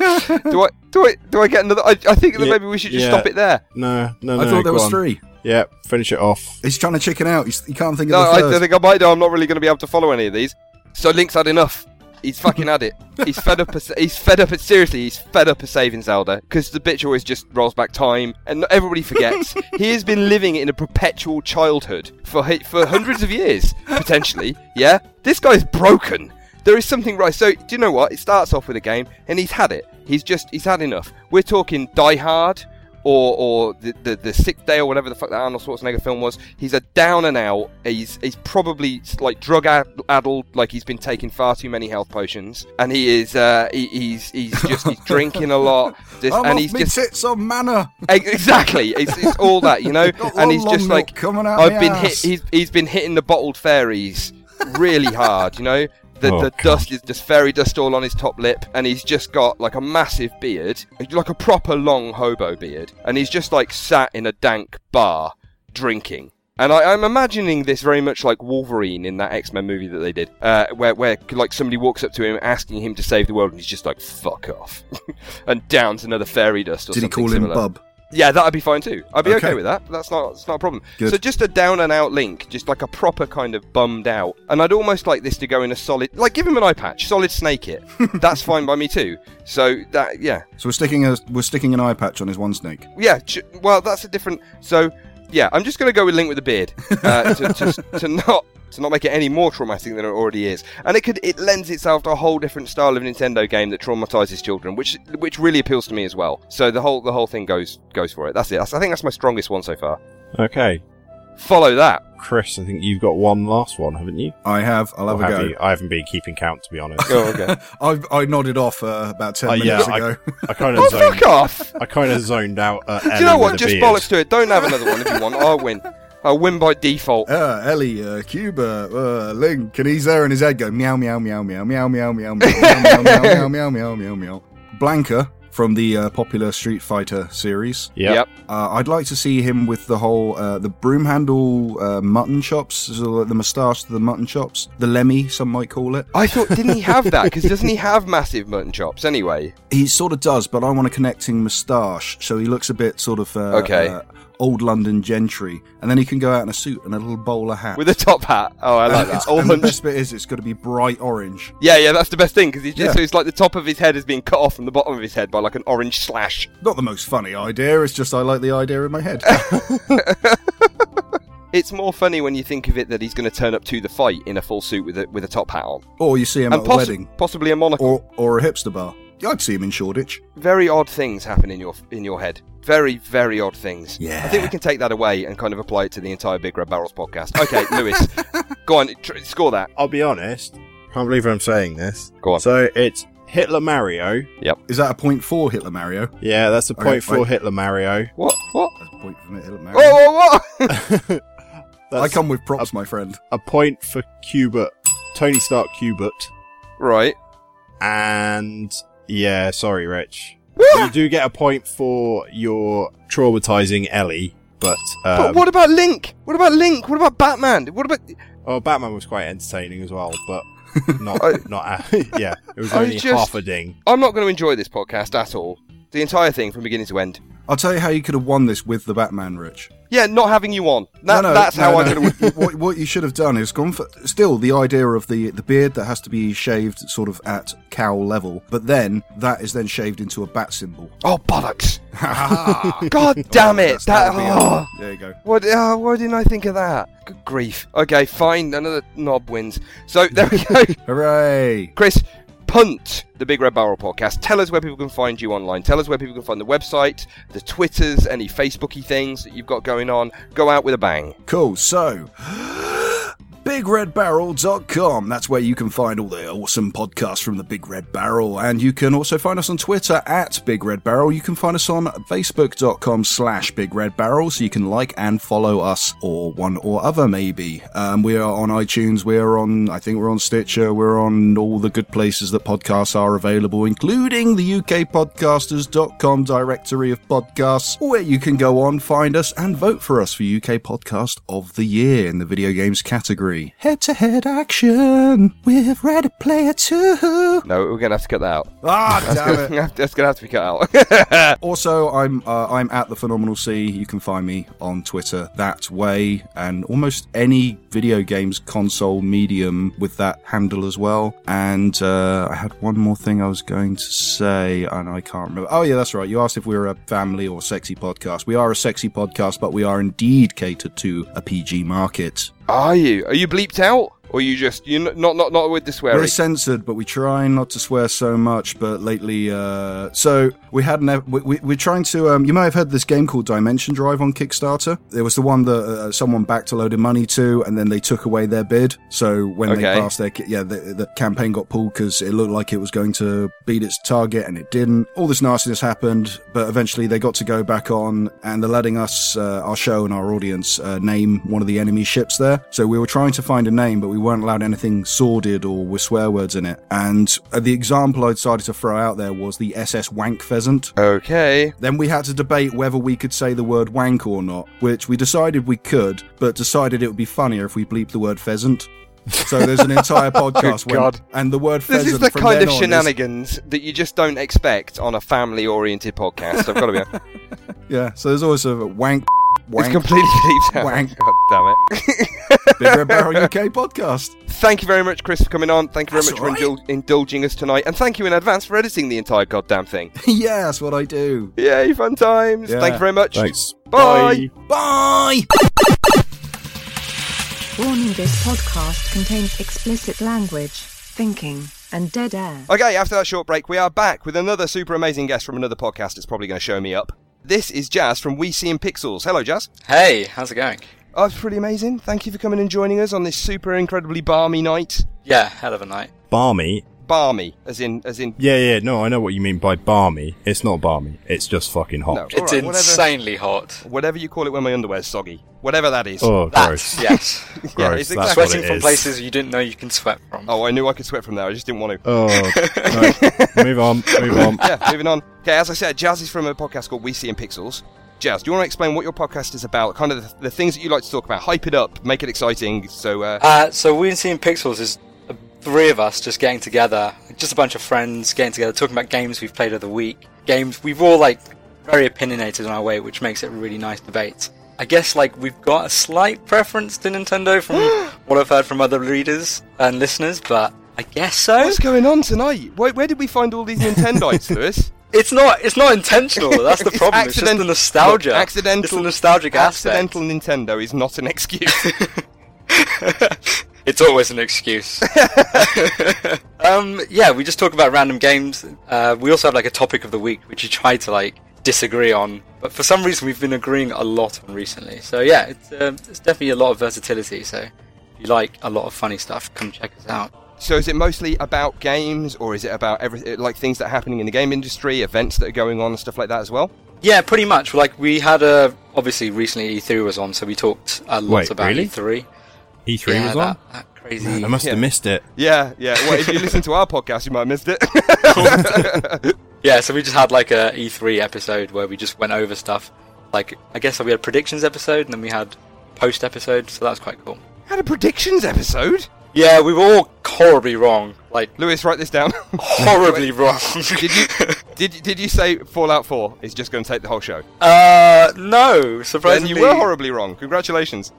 [SPEAKER 1] do I do I do I get another? I, I think that
[SPEAKER 2] Yeah,
[SPEAKER 1] maybe we should just
[SPEAKER 2] yeah.
[SPEAKER 1] stop it there.
[SPEAKER 2] No, no, no.
[SPEAKER 5] I thought there
[SPEAKER 2] go
[SPEAKER 5] was
[SPEAKER 2] on.
[SPEAKER 5] three.
[SPEAKER 2] Yeah, finish it off.
[SPEAKER 5] He's trying to chicken out. He's, he can't think of
[SPEAKER 1] No,
[SPEAKER 5] the
[SPEAKER 1] I,
[SPEAKER 5] third.
[SPEAKER 1] I think I might do. I'm not really going to be able to follow any of these. So Link's had enough. He's fucking had it. He's fed up. Of, he's fed up. Of, seriously, he's fed up of saving Zelda because the bitch always just rolls back time, and everybody forgets. he has been living in a perpetual childhood for hi- for hundreds of years, potentially. Yeah, this guy's broken. There is something right. So do you know what? It starts off with a game, and he's had it. He's just he's had enough. We're talking Die Hard or or the, the the sixth day or whatever the fuck that Arnold Schwarzenegger film was. He's a down and out. He's he's probably like drug ad- addled, like he's been taking far too many health potions, and he is uh, he, he's he's just he's drinking a
[SPEAKER 5] [LAUGHS]
[SPEAKER 1] lot. This,
[SPEAKER 5] I'm
[SPEAKER 1] and
[SPEAKER 5] off
[SPEAKER 1] he's
[SPEAKER 5] me
[SPEAKER 1] just
[SPEAKER 5] tits on manor.
[SPEAKER 1] Ex- Exactly, it's, it's all that you know,
[SPEAKER 5] Got
[SPEAKER 1] and
[SPEAKER 5] one
[SPEAKER 1] he's
[SPEAKER 5] long
[SPEAKER 1] just
[SPEAKER 5] milk
[SPEAKER 1] like
[SPEAKER 5] coming out
[SPEAKER 1] I've
[SPEAKER 5] my
[SPEAKER 1] been hit.
[SPEAKER 5] ass."
[SPEAKER 1] He's he's been hitting the bottled fairies really hard, you know. The,
[SPEAKER 2] Oh,
[SPEAKER 1] the
[SPEAKER 2] God.
[SPEAKER 1] dust is just fairy dust all on his top lip, and he's just got like a massive beard, like a proper long hobo beard, and he's just like sat in a dank bar drinking. And I, I'm imagining this very much like Wolverine in that X Men movie that they did, uh, where where like somebody walks up to him asking him to save the world, and he's just like "fuck off," [LAUGHS] and downs another fairy dust. Or
[SPEAKER 5] Did he
[SPEAKER 1] something
[SPEAKER 5] call
[SPEAKER 1] similar.
[SPEAKER 5] him Bub?
[SPEAKER 1] Yeah, that'd be fine too. I'd be okay,
[SPEAKER 5] Okay.
[SPEAKER 1] with that. That's not that's not a problem.
[SPEAKER 5] Good.
[SPEAKER 1] So just a down and out link, just like a proper kind of bummed out. And I'd almost like this to go in a solid, like give him an eye patch, solid snake
[SPEAKER 5] [LAUGHS]
[SPEAKER 1] it. that's fine by me too. So that yeah,
[SPEAKER 5] So we're sticking a we're sticking an eye patch on his one snake.
[SPEAKER 1] yeah. ch- Well, that's a different. So yeah, I'm just gonna go with link with the beard
[SPEAKER 5] [LAUGHS]
[SPEAKER 1] uh, to, to to not to not make it any more traumatic than it already is. And it could it lends itself to a whole different style of Nintendo game that traumatizes children, which which really appeals to me as well. So the whole the whole thing goes goes for it. That's it. That's, I think that's my strongest one so far.
[SPEAKER 2] Okay.
[SPEAKER 1] Follow that.
[SPEAKER 2] Chris, I think you've got one last one, haven't you?
[SPEAKER 5] I have. I'll have
[SPEAKER 2] Or
[SPEAKER 5] a
[SPEAKER 2] have
[SPEAKER 5] go.
[SPEAKER 2] you? I haven't been keeping count, to be honest. [LAUGHS]
[SPEAKER 1] Oh, okay.
[SPEAKER 5] I, I nodded off uh, about ten
[SPEAKER 2] Uh, yeah,
[SPEAKER 5] minutes
[SPEAKER 2] I,
[SPEAKER 5] ago.
[SPEAKER 2] I kind
[SPEAKER 1] [LAUGHS] oh,
[SPEAKER 2] of zoned.
[SPEAKER 1] fuck off!
[SPEAKER 2] I kind of zoned out. uh, At
[SPEAKER 1] [LAUGHS] Do you know what? Just bollocks to it. Don't have another one if you want. I'll win. I'll win by default.
[SPEAKER 5] Uh, Ellie, uh, Cuba, uh, Link, and he's there in his head going meow meow meow meow meow meow meow meow meow meow meow meow meow meow meow meow. Blanca from the uh, popular Street Fighter series.
[SPEAKER 1] Yep.
[SPEAKER 5] Uh, I'd like to see him with the whole uh, the broom handle uh, mutton chops, so like the moustache to the mutton chops, the Lemmy, some might call it.
[SPEAKER 1] I thought, didn't he have that? Because doesn't he have massive mutton chops anyway?
[SPEAKER 5] He sort of does, but I want a connecting moustache, so he looks a bit sort of uh,
[SPEAKER 1] Okay.
[SPEAKER 5] uh, old London gentry, and then he can go out in a suit and a little bowler hat.
[SPEAKER 1] With a top hat. Oh, I like
[SPEAKER 5] And Uh, [LAUGHS] it's-
[SPEAKER 1] that. Old
[SPEAKER 5] and the
[SPEAKER 1] mutton-
[SPEAKER 5] best bit is it's going to be bright orange.
[SPEAKER 1] Yeah, yeah, that's the best thing because just
[SPEAKER 5] Yeah.
[SPEAKER 1] so it's like the top of his head is being cut off from the bottom of his head by like an orange slash.
[SPEAKER 5] Not the most funny idea. It's just I like the idea in my head.
[SPEAKER 1] It's more funny when you think of it that he's going to turn up to the fight in a full suit with a with a top hat on
[SPEAKER 5] or you see him at
[SPEAKER 1] possi-
[SPEAKER 5] a wedding,
[SPEAKER 1] possibly a monocle.
[SPEAKER 5] or or a hipster bar. Yeah, I'd see him in Shoreditch.
[SPEAKER 1] Very odd things happen in your in your head. Very very odd things.
[SPEAKER 5] Yeah.
[SPEAKER 1] I think we can take that away and kind of apply it to the entire Big Red Barrels podcast.
[SPEAKER 5] [LAUGHS]
[SPEAKER 1] Okay, Lewis, go on, tr- score that.
[SPEAKER 2] I'll be honest. Can't believe I'm saying this.
[SPEAKER 1] Go on.
[SPEAKER 2] So it's Hitler Mario.
[SPEAKER 5] Is that a point for Hitler Mario?
[SPEAKER 2] Yeah, that's a
[SPEAKER 5] Okay,
[SPEAKER 2] point for
[SPEAKER 5] right.
[SPEAKER 2] Hitler Mario.
[SPEAKER 1] What? What?
[SPEAKER 5] That's a point for Hitler Mario.
[SPEAKER 1] Whoa, whoa, whoa!
[SPEAKER 5] [LAUGHS]
[SPEAKER 1] [LAUGHS]
[SPEAKER 2] That's
[SPEAKER 5] Oh, I come with props, my friend.
[SPEAKER 2] a point for Cubert, Tony Stark Cubert,
[SPEAKER 1] right.
[SPEAKER 2] and yeah, sorry, Rich. you do get a point for your traumatizing Ellie, but, um,
[SPEAKER 1] but what about Link? What about Link? What about Batman? What about?
[SPEAKER 2] oh, Batman was quite entertaining as well,
[SPEAKER 1] [LAUGHS]
[SPEAKER 2] but not
[SPEAKER 1] I-
[SPEAKER 2] not a, [LAUGHS] yeah, it was
[SPEAKER 1] I
[SPEAKER 2] only
[SPEAKER 1] just-
[SPEAKER 2] half a ding.
[SPEAKER 1] I'm not going to enjoy this podcast at all. The entire thing from beginning to end.
[SPEAKER 5] I'll tell you how you could have won this with the Batman, Rich.
[SPEAKER 1] Yeah, not having you on. That, that's how I'm going to.
[SPEAKER 5] [LAUGHS] to. what, what you should have done is gone for still the idea of the the beard that has to be shaved sort of at cowl level, but then that is then shaved into a bat symbol.
[SPEAKER 1] Oh
[SPEAKER 5] [LAUGHS]
[SPEAKER 1] bollocks! God damn it!
[SPEAKER 5] That's-
[SPEAKER 1] That.
[SPEAKER 5] that'd be it.
[SPEAKER 1] oh.
[SPEAKER 5] There you go.
[SPEAKER 1] What? Uh, why didn't I think of that? Good grief. Okay, fine. Another knob wins. So [LAUGHS] there we go.
[SPEAKER 5] Hooray!
[SPEAKER 1] Chris, punt the Big Red Barrel podcast. Tell us where people can find you online. Tell us where people can find the website, the Twitters, any Facebooky things that you've got going on. Go out with a bang.
[SPEAKER 5] Cool. So, [GASPS] bigredbarrel.com. That's where you can find all the awesome podcasts from the Big Red Barrel. And you can also find us on Twitter at Big Red Barrel. You can find us on facebook.com slash Big Red Barrel. So you can like and follow us or one or other, maybe. Um, we are on iTunes. We are on, I think we're on Stitcher. We're on all the good places that podcasts are available, including the ukpodcasters.com directory of podcasts, where you can go on, find us, and vote for us for UK Podcast of the Year in the video games category. Head to head action with Ready Player 2.
[SPEAKER 1] No, we're going to have to cut that out. [LAUGHS]
[SPEAKER 5] Ah, damn it.
[SPEAKER 1] That's going to have to be cut out. [LAUGHS]
[SPEAKER 5] Also, I'm uh, I'm at the Phenomenal C. You can find me on Twitter that way, and almost any video games console medium with that handle as well. And uh, I had one more thing I was going to say, and I can't remember. Oh yeah, that's right. You asked if we were a family or sexy podcast. We are a sexy podcast, but we are indeed catered to a PG market.
[SPEAKER 1] Are you? Are you bleeped out? Or you just you not not not with the swearing?
[SPEAKER 5] We're censored, but we try not to swear so much. But lately, uh, so we had an. ep- We, we, we're trying to. Um, you may have heard this game called Dimension Drive on Kickstarter. It was the one that uh, someone backed a load of money to, and then they took away their bid. So when they
[SPEAKER 1] Okay.
[SPEAKER 5] passed their, ki- yeah, the, the campaign got pulled because it looked like it was going to beat its target, and it didn't. All this nastiness happened, but eventually they got to go back on, and they're letting us, uh, our show and our audience, uh, name one of the enemy ships there. So we were trying to find a name, but we weren't allowed anything sordid or with swear words in it. And uh, the example I decided to throw out there was the SS Wank Pheasant.
[SPEAKER 1] Okay.
[SPEAKER 5] Then we had to debate whether we could say the word wank or not, which we decided we could, but decided it would be funnier if we bleep the word pheasant. So there's an
[SPEAKER 1] [LAUGHS]
[SPEAKER 5] entire podcast
[SPEAKER 1] Good
[SPEAKER 5] when-
[SPEAKER 1] God.
[SPEAKER 5] and the word
[SPEAKER 1] This
[SPEAKER 5] pheasant
[SPEAKER 1] is the
[SPEAKER 5] from
[SPEAKER 1] kind
[SPEAKER 5] then
[SPEAKER 1] of
[SPEAKER 5] on is-
[SPEAKER 1] shenanigans that you just don't expect on a family-oriented podcast. I've got to be. honest.
[SPEAKER 5] yeah, so there's always a wank
[SPEAKER 1] It's
[SPEAKER 5] wank [LAUGHS]
[SPEAKER 1] completely [LAUGHS] bleeped out.
[SPEAKER 5] Wank.
[SPEAKER 1] God damn it.
[SPEAKER 5] Big Red Barrel UK podcast.
[SPEAKER 1] [LAUGHS]
[SPEAKER 5] [LAUGHS]
[SPEAKER 1] Thank you very much, Chris, for coming on. Thank you very
[SPEAKER 5] That's
[SPEAKER 1] much for
[SPEAKER 5] all right.
[SPEAKER 1] indul- indulging us tonight, and thank you in advance for editing the entire goddamn thing.
[SPEAKER 5] yeah, that's what I do.
[SPEAKER 1] Yay, fun times!
[SPEAKER 5] Yeah.
[SPEAKER 1] Thank you very much.
[SPEAKER 2] Thanks.
[SPEAKER 1] Bye.
[SPEAKER 5] Bye.
[SPEAKER 8] Warning this podcast contains explicit language, thinking, and dead air.
[SPEAKER 1] Okay, after that short break, we are back with another super amazing guest from another podcast that's probably going to show me up. This is Jazz from We See in Pixels. Hello, Jazz.
[SPEAKER 7] Hey, how's it going?
[SPEAKER 1] Oh, it's pretty amazing. Thank you for coming and joining us on this super incredibly balmy night.
[SPEAKER 7] Yeah, hell of a night.
[SPEAKER 2] Barmy.
[SPEAKER 1] barmy, as in as in
[SPEAKER 2] Yeah, yeah, no, I know what you mean by barmy. It's not barmy. It's just fucking hot.
[SPEAKER 1] No,
[SPEAKER 7] It's
[SPEAKER 1] alright, whatever-
[SPEAKER 7] insanely hot.
[SPEAKER 1] Whatever you call it when my underwear's soggy, whatever that is.
[SPEAKER 2] Oh,
[SPEAKER 1] That-
[SPEAKER 2] gross.
[SPEAKER 1] Yes, yeah,
[SPEAKER 2] Gross,
[SPEAKER 1] it's
[SPEAKER 2] that's
[SPEAKER 1] exactly
[SPEAKER 2] what
[SPEAKER 7] Sweating
[SPEAKER 2] it
[SPEAKER 7] from
[SPEAKER 2] is.
[SPEAKER 7] places you didn't know you can sweat from.
[SPEAKER 1] Oh, I knew I could sweat from there. I just didn't want [LAUGHS] to.
[SPEAKER 2] Oh, no. move on, move on.
[SPEAKER 7] [LAUGHS]
[SPEAKER 1] yeah, moving on. Okay, as I said, Jazz is from a podcast called We See in Pixels. Jazz, do you want to explain what your podcast is about? Kind of the, the things that you like to talk about. Hype it up, make it exciting. So, uh,
[SPEAKER 7] Uh, so we in Seeing Pixels is uh, three of us just getting together, just a bunch of friends getting together, talking about games we've played of the week. Games we've all like very opinionated on our way, which makes it a really nice debate. I guess like we've got a slight preference to Nintendo from what I've heard from other readers and listeners, but I guess so.
[SPEAKER 1] what's going on tonight? Where, where did we find all these
[SPEAKER 7] [LAUGHS]
[SPEAKER 1] Nintendoites, Lewis?
[SPEAKER 7] It's not. It's not intentional. That's
[SPEAKER 1] [LAUGHS]
[SPEAKER 7] the
[SPEAKER 1] It's
[SPEAKER 7] problem. It's, just
[SPEAKER 1] accident-
[SPEAKER 7] the nostalgia.
[SPEAKER 1] Look,
[SPEAKER 7] accidental. It's the nostalgic aspect.
[SPEAKER 1] Accidental Nintendo is not an
[SPEAKER 7] [LAUGHS]
[SPEAKER 1] excuse.
[SPEAKER 7] It's always
[SPEAKER 2] [LAUGHS]
[SPEAKER 7] an excuse. um, yeah, we just talk about random games. Uh, we also have like a topic of the week, which you try to like disagree on, but for some reason we've been agreeing a lot on recently. So yeah, it's um, it's definitely a lot of versatility. So if you like a lot of funny stuff, come check us out.
[SPEAKER 1] so, is it mostly about games, or is it about everything like things that are happening in the game industry, events that are going on, and stuff like that as well?
[SPEAKER 7] Yeah, pretty much. Like we had a obviously recently E3 was on, so we talked a lot
[SPEAKER 2] Wait,
[SPEAKER 7] about
[SPEAKER 2] really?
[SPEAKER 7] E3.
[SPEAKER 2] E3
[SPEAKER 7] Yeah,
[SPEAKER 2] E was
[SPEAKER 7] that-
[SPEAKER 2] on?
[SPEAKER 7] that crazy-
[SPEAKER 2] Man, I must have
[SPEAKER 7] Yeah.
[SPEAKER 2] missed it.
[SPEAKER 1] Yeah, yeah. Well, if you listen to our podcast, you might have missed it.
[SPEAKER 7] Yeah, so we just had like a E3 episode where we just went over stuff. Like I guess we had a predictions episode, and then we had post episode. So that was quite cool.
[SPEAKER 1] Had a predictions episode.
[SPEAKER 7] Yeah, we were all horribly wrong. [LAUGHS] Like
[SPEAKER 1] Lewis, write this down. [LAUGHS]
[SPEAKER 7] horribly wrong.
[SPEAKER 1] did you did did you say Fallout 4 is just going to take the whole show?
[SPEAKER 7] [LAUGHS] Uh, no,
[SPEAKER 1] Then
[SPEAKER 7] surprisingly.
[SPEAKER 1] you were horribly wrong. Congratulations.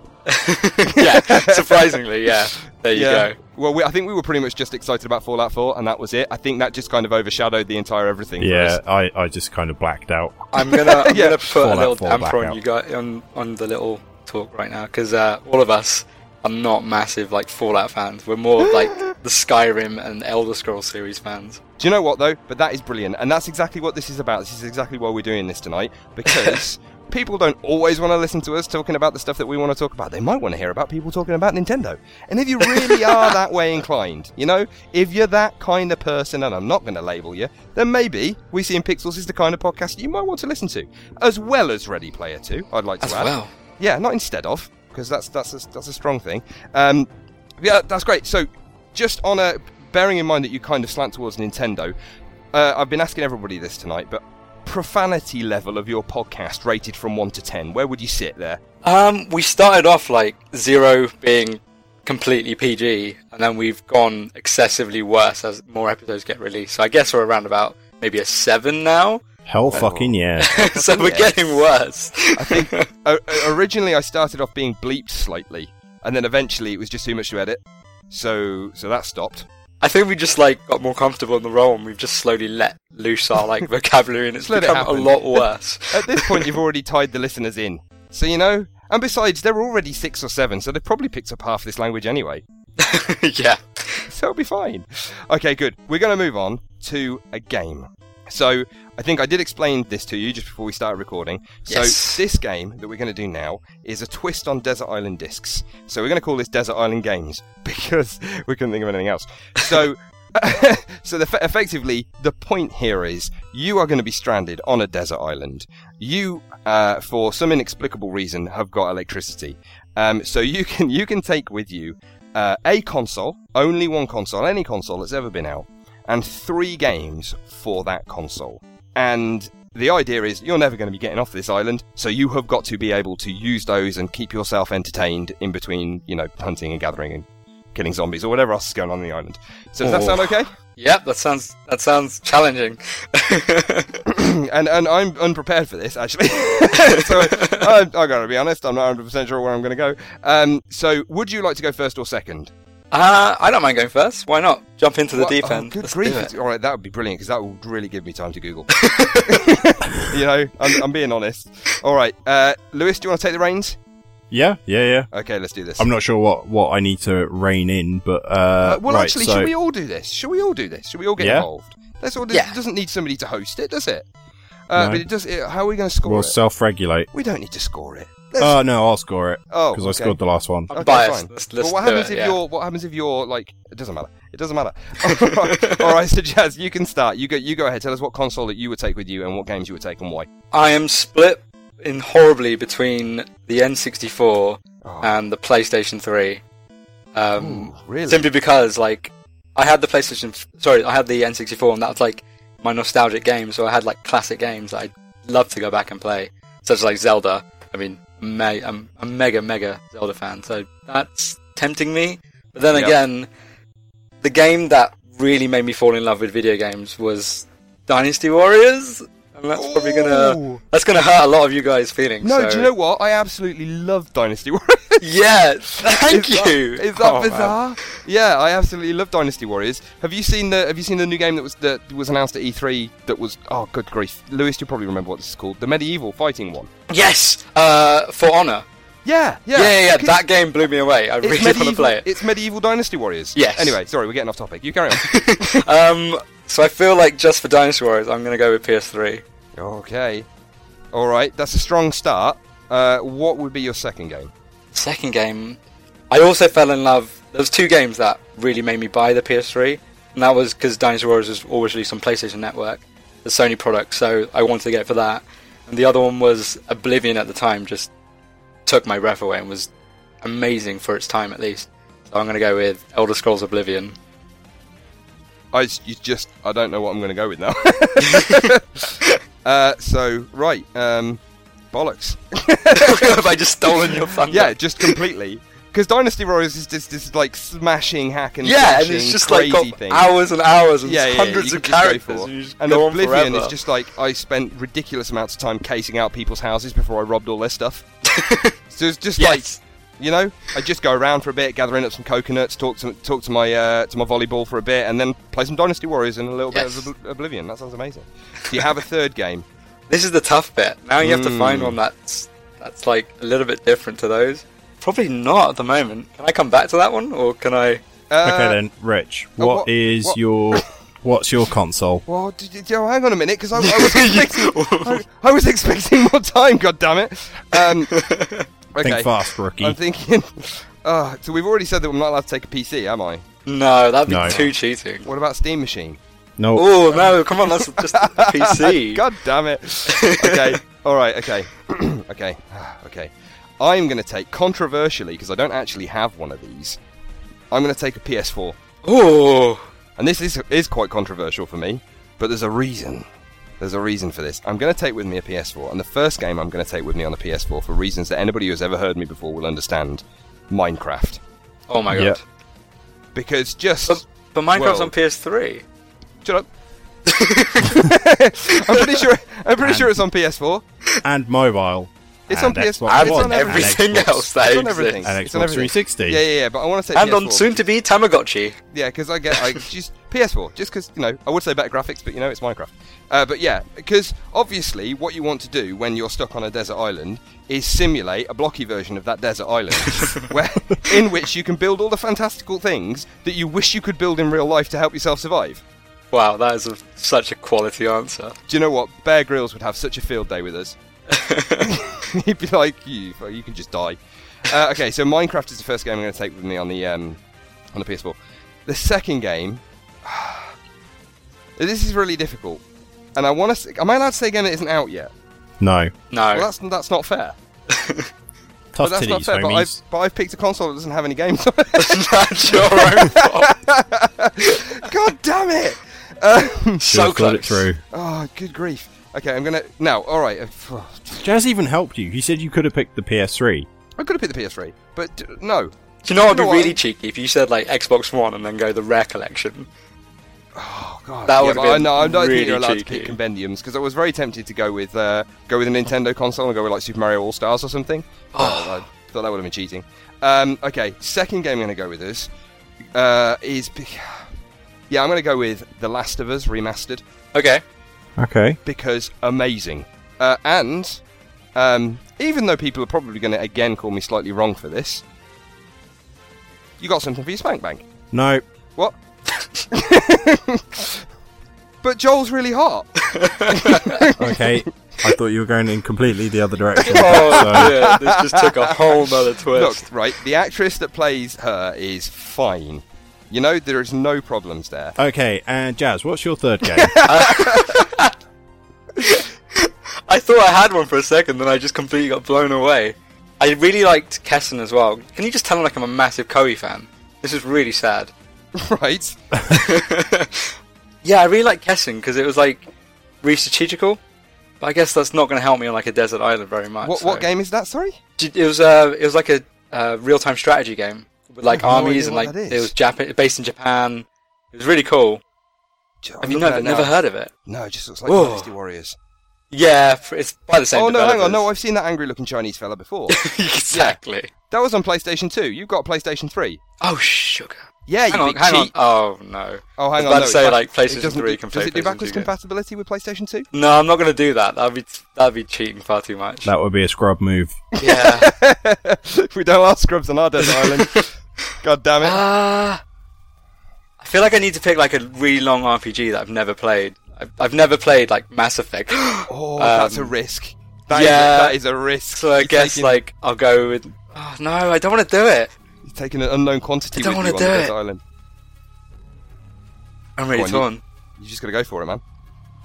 [SPEAKER 7] [LAUGHS] yeah, surprisingly, yeah. There you
[SPEAKER 1] yeah.
[SPEAKER 7] go.
[SPEAKER 1] Well, we, I think we were pretty much just excited about Fallout 4, and that was it. I think that just kind of overshadowed the entire everything. for
[SPEAKER 2] Yeah,
[SPEAKER 1] us.
[SPEAKER 2] I, I just kind of blacked out.
[SPEAKER 7] I'm gonna I'm [LAUGHS]
[SPEAKER 1] Yeah.
[SPEAKER 7] gonna put
[SPEAKER 2] Fallout
[SPEAKER 7] a little
[SPEAKER 2] 4
[SPEAKER 7] damper on
[SPEAKER 2] blackout.
[SPEAKER 7] you guys on on the little talk right now because uh, all of us are not massive like Fallout fans. We're more of, [GASPS] like the Skyrim and Elder Scrolls series fans.
[SPEAKER 1] Do you know what though? But that is brilliant, and that's exactly what this is about. This is exactly why we're doing this tonight
[SPEAKER 7] [LAUGHS]
[SPEAKER 1] because people don't always want to listen to us talking about the stuff that we want to talk about. They might want to hear about people talking about Nintendo. And if you
[SPEAKER 7] [LAUGHS]
[SPEAKER 1] really are that way inclined, you know, if you're that kind of person, and I'm not going to label you, then maybe We See in Pixels is the kind of podcast you might want to listen to, as well as Ready Player Two. I'd like to
[SPEAKER 7] As
[SPEAKER 1] add.
[SPEAKER 7] well.
[SPEAKER 1] Yeah, not instead of, because that's that's a, that's a strong thing. Um, yeah, that's great. So, just on a bearing in mind that you kind of slant towards Nintendo, uh, I've been asking everybody this tonight, but profanity level of your podcast rated from one to ten, where would you sit there? [LAUGHS]
[SPEAKER 7] Um, we started off like zero being completely PG, and then we've gone excessively worse as more episodes get released. So I guess we're around about maybe a seven now. [LAUGHS]
[SPEAKER 1] Oh.
[SPEAKER 2] Hell
[SPEAKER 1] [LAUGHS]
[SPEAKER 2] fucking yeah.
[SPEAKER 7] so we're
[SPEAKER 1] Yes.
[SPEAKER 7] getting worse.
[SPEAKER 1] I think o- o- originally I started off being bleeped slightly, and then eventually it was just too much to edit, so so that stopped.
[SPEAKER 7] [LAUGHS] I think we just like got more comfortable in the role, and we've just slowly let loose
[SPEAKER 1] [LAUGHS]
[SPEAKER 7] our like vocabulary, and it's
[SPEAKER 1] Just let it
[SPEAKER 7] become a
[SPEAKER 1] happen.
[SPEAKER 7] lot
[SPEAKER 1] [LAUGHS]
[SPEAKER 7] worse.
[SPEAKER 1] At this point, you've already tied the listeners in, so you know. And besides, they're already six or seven, so they've probably picked up half this language anyway.
[SPEAKER 7] [LAUGHS] yeah.
[SPEAKER 1] [LAUGHS] so it'll be fine. Okay, good. We're going to move on to a game. So I think I did explain this to you just before we started recording. So
[SPEAKER 7] Yes.
[SPEAKER 1] this game that we're going to do now is a twist on Desert Island Discs. So we're going to call this Desert Island Games [LAUGHS] because we couldn't think of anything else. So. [LAUGHS] so the, effectively, the point here is you are going to be stranded on a desert island. You, uh, for some inexplicable reason, have got electricity, um, so you can you can take with you uh, a console, only one console, any console that's ever been out, and three games for that console. And the idea is you're never going to be getting off this island, so you have got to be able to use those and keep yourself entertained in between, you know, hunting and gathering and killing zombies or whatever else is going on, on the island. So does that
[SPEAKER 7] Oh.
[SPEAKER 1] sound okay? [CLEARS THROAT]
[SPEAKER 7] Yep, that sounds that sounds challenging. [LAUGHS]
[SPEAKER 1] and and I'm unprepared for this actually. [LAUGHS] so I, I gotta be honest, I'm not 100 percent sure where I'm gonna go. Um, so would you like to go first or second?
[SPEAKER 7] Uh, I don't mind going first. Why not? Jump into the
[SPEAKER 1] What-
[SPEAKER 7] deep
[SPEAKER 1] oh,
[SPEAKER 7] end.
[SPEAKER 1] good
[SPEAKER 7] Let's do
[SPEAKER 1] grief!
[SPEAKER 7] it.
[SPEAKER 1] it's- All right, that would be brilliant because that will really give me time to
[SPEAKER 7] [LAUGHS]
[SPEAKER 1] Google. you know, I'm, I'm being honest. All right, uh, Lewis, do you want to take the reins?
[SPEAKER 2] yeah, yeah, yeah.
[SPEAKER 1] Okay, let's do this.
[SPEAKER 2] I'm not sure what, what I need to rein in, but. Uh,
[SPEAKER 1] Uh, well,
[SPEAKER 2] right,
[SPEAKER 1] actually,
[SPEAKER 2] so,
[SPEAKER 1] should we all do this? Should we all do this? Should we all get
[SPEAKER 2] Yeah.
[SPEAKER 1] involved? That's all.
[SPEAKER 7] Yeah.
[SPEAKER 1] It doesn't need somebody to host it, does it? Uh,
[SPEAKER 2] No.
[SPEAKER 1] But it does. It, how are we going to score
[SPEAKER 2] will
[SPEAKER 1] it?
[SPEAKER 2] self regulate.
[SPEAKER 1] We don't need to score it. Let-
[SPEAKER 2] Oh no, I'll score it.
[SPEAKER 1] Oh,
[SPEAKER 2] because I
[SPEAKER 1] okay. Uh,
[SPEAKER 2] scored the last one.
[SPEAKER 1] Okay, fine. but what happens if you're? What happens if you're like? It doesn't matter. It doesn't matter. [LAUGHS] all, right. all right, so Jazz, you can start. You go. You go ahead. Tell us what console that you would take with you, and what games you would take, and why.
[SPEAKER 7] I am split in horribly between the N64 and the PlayStation 3. Um,
[SPEAKER 1] really?
[SPEAKER 7] Simply because, like, I had the PlayStation. f- Sorry, I had the N64, and that was like my nostalgic game. So I had like classic games that I'd love to go back and play, such as like Zelda. I mean, me- I'm a mega, mega Zelda fan, so that's tempting me. But then
[SPEAKER 9] Yep.
[SPEAKER 7] again, the game that really made me fall in love with video games was Dynasty Warriors, and that's probably gonna that's gonna hurt a lot of you guys' feelings.
[SPEAKER 1] No,
[SPEAKER 7] so-
[SPEAKER 1] do you know what? I absolutely love Dynasty Warriors.
[SPEAKER 7] Yeah,
[SPEAKER 1] [LAUGHS]
[SPEAKER 7] thank
[SPEAKER 1] Is that-
[SPEAKER 7] [LAUGHS] you.
[SPEAKER 1] Is that
[SPEAKER 7] Oh, man.
[SPEAKER 1] bizarre? Yeah, I absolutely love Dynasty Warriors. Have you seen the Have you seen the new game that was that was announced at E3? That was oh good grief, Lewis, you probably remember what this is called, the medieval fighting one.
[SPEAKER 7] Yes, uh, For Honor.
[SPEAKER 1] Yeah, yeah,
[SPEAKER 7] yeah, yeah.
[SPEAKER 1] Okay.
[SPEAKER 7] That game blew me away. I
[SPEAKER 1] It's
[SPEAKER 7] really [LAUGHS] want to
[SPEAKER 1] medieval,
[SPEAKER 7] play it.
[SPEAKER 1] It's medieval Dynasty Warriors.
[SPEAKER 7] Yes.
[SPEAKER 1] Anyway, sorry, we're getting off topic. You
[SPEAKER 7] [LAUGHS]
[SPEAKER 1] carry on.
[SPEAKER 7] um, so I feel like just for Dynasty Warriors, I'm gonna go with PS3.
[SPEAKER 1] Okay. All right, that's a strong start. Uh, what would be your second game?
[SPEAKER 7] Second game, I also fell in love. There was two games that really made me buy the PS3, and that was because Dynasty Warriors was always released on PlayStation Network, the Sony product. So I wanted to get it for that, and the other one was Oblivion. At the time, just took my breath away and was amazing for its time, at least. So I'm gonna go with Elder Scrolls Oblivion. [LAUGHS]
[SPEAKER 1] I s- you just I don't know what I'm going to go
[SPEAKER 7] [LAUGHS]
[SPEAKER 1] with now. uh, so right, um, bollocks.
[SPEAKER 7] Have I just stolen your thunder?
[SPEAKER 1] Yeah, just completely. Because Dynasty Warriors is just this like smashing hack and
[SPEAKER 7] [LAUGHS] Yeah, and
[SPEAKER 1] slashing
[SPEAKER 7] it's just like
[SPEAKER 1] crazy
[SPEAKER 7] got
[SPEAKER 1] thing.
[SPEAKER 7] hours and hours and
[SPEAKER 1] yeah, yeah, yeah,
[SPEAKER 7] hundreds
[SPEAKER 1] you
[SPEAKER 7] of
[SPEAKER 1] could just go
[SPEAKER 7] characters.
[SPEAKER 1] for it.
[SPEAKER 7] And, you just
[SPEAKER 1] And
[SPEAKER 7] go on
[SPEAKER 1] Oblivion
[SPEAKER 7] forever.
[SPEAKER 1] is just like I spent ridiculous amounts of time casing out people's houses before I robbed all their
[SPEAKER 7] [LAUGHS]
[SPEAKER 1] stuff. so it's just like, you know, I just go around for a bit, gathering up some coconuts, talk to talk to my uh, to my volleyball for a bit, and then play some Dynasty Warriors and a little
[SPEAKER 7] Yes.
[SPEAKER 1] bit of Obl- Oblivion. That sounds
[SPEAKER 7] [LAUGHS]
[SPEAKER 1] amazing. Do you have a third game?
[SPEAKER 7] This is the tough bit. Now you have to
[SPEAKER 1] Mm.
[SPEAKER 7] find one that's that's like a little bit different to those. Probably not at the moment. Can I come back to that one, or can I?
[SPEAKER 1] Uh,
[SPEAKER 2] okay then, Rich. what is
[SPEAKER 1] what- [LAUGHS]
[SPEAKER 2] your? What's your console?
[SPEAKER 1] Well, d- d- d- oh, hang on a minute, because I, I
[SPEAKER 7] [LAUGHS]
[SPEAKER 1] was expecting, I, I was expecting more time. God damn it!
[SPEAKER 7] [LAUGHS]
[SPEAKER 1] Um, okay.
[SPEAKER 2] fast, rookie.
[SPEAKER 1] I'm thinking. [LAUGHS] Uh, so we've already said that I'm not allowed to take a PC, am I?
[SPEAKER 7] No, that'd be
[SPEAKER 2] No.
[SPEAKER 7] too cheating.
[SPEAKER 1] What about Steam Machine?
[SPEAKER 2] No.
[SPEAKER 7] Oh no! Come on, that's just a PC.
[SPEAKER 1] God damn it! Okay, all right, okay, [CLEARS THROAT] okay, [SIGHS] okay. I'm going to take controversially because I don't actually have one of these. I'm going to take a PS4.
[SPEAKER 7] Oh,
[SPEAKER 1] and this is is quite controversial for me, but there's a reason. There's a reason for this. I'm going to take with me a PS4, and the first game I'm going to take with me on the PS4 for reasons that anybody who's ever heard me before will understand: Minecraft.
[SPEAKER 7] Oh my god!
[SPEAKER 1] Yeah. Because just
[SPEAKER 7] But, but Minecraft's
[SPEAKER 1] Well-
[SPEAKER 7] on PS3.
[SPEAKER 1] Shut up. [LAUGHS] I'm pretty sure. I'm pretty sure it's on PS4.
[SPEAKER 2] and
[SPEAKER 1] Oh.
[SPEAKER 2] mobile.
[SPEAKER 1] It's
[SPEAKER 2] and
[SPEAKER 1] on PS4.
[SPEAKER 2] Xbox
[SPEAKER 1] it's
[SPEAKER 2] One,
[SPEAKER 1] on everything.
[SPEAKER 2] and Xbox-
[SPEAKER 7] else that
[SPEAKER 1] it's on
[SPEAKER 7] exists.
[SPEAKER 1] everything.
[SPEAKER 2] And
[SPEAKER 1] It's on
[SPEAKER 2] Xbox
[SPEAKER 1] everything.
[SPEAKER 2] 360.
[SPEAKER 1] Yeah, yeah, yeah. But I want to say
[SPEAKER 7] And
[SPEAKER 1] PS4
[SPEAKER 7] on soon-to-be Tamagotchi.
[SPEAKER 1] Yeah, because I get like [LAUGHS] just PS4, just because you know I would say better graphics, but you know it's Minecraft. Uh, but yeah, because obviously what you want to do when you're stuck on a desert island is simulate a blocky version of that desert island, [LAUGHS] where in which you can build all the fantastical things that you wish you could build in real life to help yourself survive.
[SPEAKER 7] Wow, that is a, such a quality answer.
[SPEAKER 1] Do you know what Bear Grylls would have such a field day with us? [LAUGHS] He'd be like, you, you can just die. Uh, okay, so Minecraft is the first game I'm going to take with me on the um, on the PS4. The second game, [SIGHS] this is really difficult, and I want to. Am I allowed to say a game that isn't out yet?
[SPEAKER 2] No.
[SPEAKER 7] No.
[SPEAKER 1] Well, that's that's not fair.
[SPEAKER 2] Tough
[SPEAKER 1] but that's not
[SPEAKER 2] titties,
[SPEAKER 1] fair. But I've,
[SPEAKER 2] homies.
[SPEAKER 1] but I've picked a console that doesn't have any games. on it. [LAUGHS]
[SPEAKER 7] [LAUGHS] that's your own
[SPEAKER 1] fault. God damn it! Um,
[SPEAKER 2] Should've So thought it close. through.
[SPEAKER 1] Oh, good grief. Okay, I'm gonna now. All right, [SIGHS] uh,
[SPEAKER 2] Jazz even helped you. He said you could have picked the PS3.
[SPEAKER 1] I could have picked the PS3, but d- no.
[SPEAKER 7] Do you know what
[SPEAKER 1] No, I-
[SPEAKER 7] would be really cheeky if you said like Xbox One and then go the Rare Collection?
[SPEAKER 1] Oh god,
[SPEAKER 7] That
[SPEAKER 1] yeah,
[SPEAKER 7] would've
[SPEAKER 1] but
[SPEAKER 7] been
[SPEAKER 1] I know. I don't think
[SPEAKER 7] really
[SPEAKER 1] you're allowed
[SPEAKER 7] cheeky.
[SPEAKER 1] to pick compendiums because I was very tempted to go with uh, go with a Nintendo console and go with like Super Mario All Stars or
[SPEAKER 7] [SIGHS]
[SPEAKER 1] something.
[SPEAKER 7] Oh.
[SPEAKER 1] Uh, I thought that would have been cheating. Um, okay, second game I'm going to go with this uh, is be- yeah, I'm going to go with The Last of Us remastered
[SPEAKER 7] Okay.
[SPEAKER 2] Okay.
[SPEAKER 1] because amazing. Uh, and um, even though people are probably going to again call me slightly wrong for this, you got something for your spank bank.
[SPEAKER 2] No.
[SPEAKER 1] What? [LAUGHS] but Joel's really hot. [LAUGHS]
[SPEAKER 2] Okay. I thought you were going in completely the other direction.
[SPEAKER 7] Oh,
[SPEAKER 2] so-
[SPEAKER 7] yeah, [LAUGHS] this just took a whole nother twist.
[SPEAKER 1] Look, right, the actress that plays her is fine. You know, there is no problems there. [LAUGHS]
[SPEAKER 2] Okay, and Jazz, what's your third game?
[SPEAKER 7] I thought I had one for a second, then I just completely got blown away. I really liked Kesson as well. Can you just tell him like I'm a massive Koei fan? This is really [LAUGHS] sad.
[SPEAKER 1] Right.
[SPEAKER 7] yeah, I really liked Kesson because it was like really strategical. But I guess that's not going to help me on like a desert island very much.
[SPEAKER 1] What,
[SPEAKER 7] so.
[SPEAKER 1] what game is that? Sorry.
[SPEAKER 7] J- It was uh, it was like a uh, real time strategy game with like
[SPEAKER 1] I have no idea
[SPEAKER 7] armies and
[SPEAKER 1] what
[SPEAKER 7] like
[SPEAKER 1] that
[SPEAKER 7] it
[SPEAKER 1] is.
[SPEAKER 7] was Jap- based in Japan. It was really cool. Have you
[SPEAKER 1] looking at
[SPEAKER 7] never
[SPEAKER 1] it
[SPEAKER 7] never
[SPEAKER 1] now.
[SPEAKER 7] heard of it?
[SPEAKER 1] No, it just looks like
[SPEAKER 7] Whoa.
[SPEAKER 1] Dynasty Warriors.
[SPEAKER 7] Yeah, f- it's by the same.
[SPEAKER 1] oh no, hang on,
[SPEAKER 7] developers.
[SPEAKER 1] no, I've seen that angry-looking Chinese fella before. [LAUGHS]
[SPEAKER 7] [LAUGHS] exactly.
[SPEAKER 1] That was on PlayStation 2. You've got PlayStation 3.
[SPEAKER 7] Oh sugar.
[SPEAKER 1] Yeah,
[SPEAKER 7] hang
[SPEAKER 1] you
[SPEAKER 7] on,
[SPEAKER 1] big
[SPEAKER 7] hang
[SPEAKER 1] cheat.
[SPEAKER 7] on. Oh no.
[SPEAKER 1] Oh, hang on.
[SPEAKER 7] I was About
[SPEAKER 1] no,
[SPEAKER 7] to
[SPEAKER 1] it
[SPEAKER 7] say
[SPEAKER 1] back-
[SPEAKER 7] like
[SPEAKER 1] it
[SPEAKER 7] PlayStation
[SPEAKER 1] doesn't
[SPEAKER 7] Three
[SPEAKER 1] do-
[SPEAKER 7] can play
[SPEAKER 1] Does it do
[SPEAKER 7] PlayStation
[SPEAKER 1] backwards
[SPEAKER 7] 2 games.
[SPEAKER 1] compatibility with PlayStation 2?
[SPEAKER 7] No, I'm not going to do that. That'd be that'd be cheating far too much.
[SPEAKER 2] that would be a scrub move.
[SPEAKER 7] Yeah.
[SPEAKER 1] [LAUGHS] we don't ask scrubs on our desert
[SPEAKER 7] [LAUGHS]
[SPEAKER 1] island. God damn it.
[SPEAKER 7] Ah. [LAUGHS] I feel like I need to pick like a really long RPG that I've never played. I've, I've never played like Mass Effect.
[SPEAKER 1] [GASPS] oh,
[SPEAKER 7] Um,
[SPEAKER 1] that's a risk. That is a-
[SPEAKER 7] yeah.
[SPEAKER 1] that is a risk.
[SPEAKER 7] So I
[SPEAKER 1] You're
[SPEAKER 7] guess
[SPEAKER 1] taking-
[SPEAKER 7] like I'll go with. Oh no, I don't want to do it.
[SPEAKER 1] You're taking an unknown quantity
[SPEAKER 7] I don't
[SPEAKER 1] with you on the
[SPEAKER 7] wanna do it.
[SPEAKER 1] desert island.
[SPEAKER 7] I'm really
[SPEAKER 1] Go on,
[SPEAKER 7] torn.
[SPEAKER 1] You, you just got to go for it, man.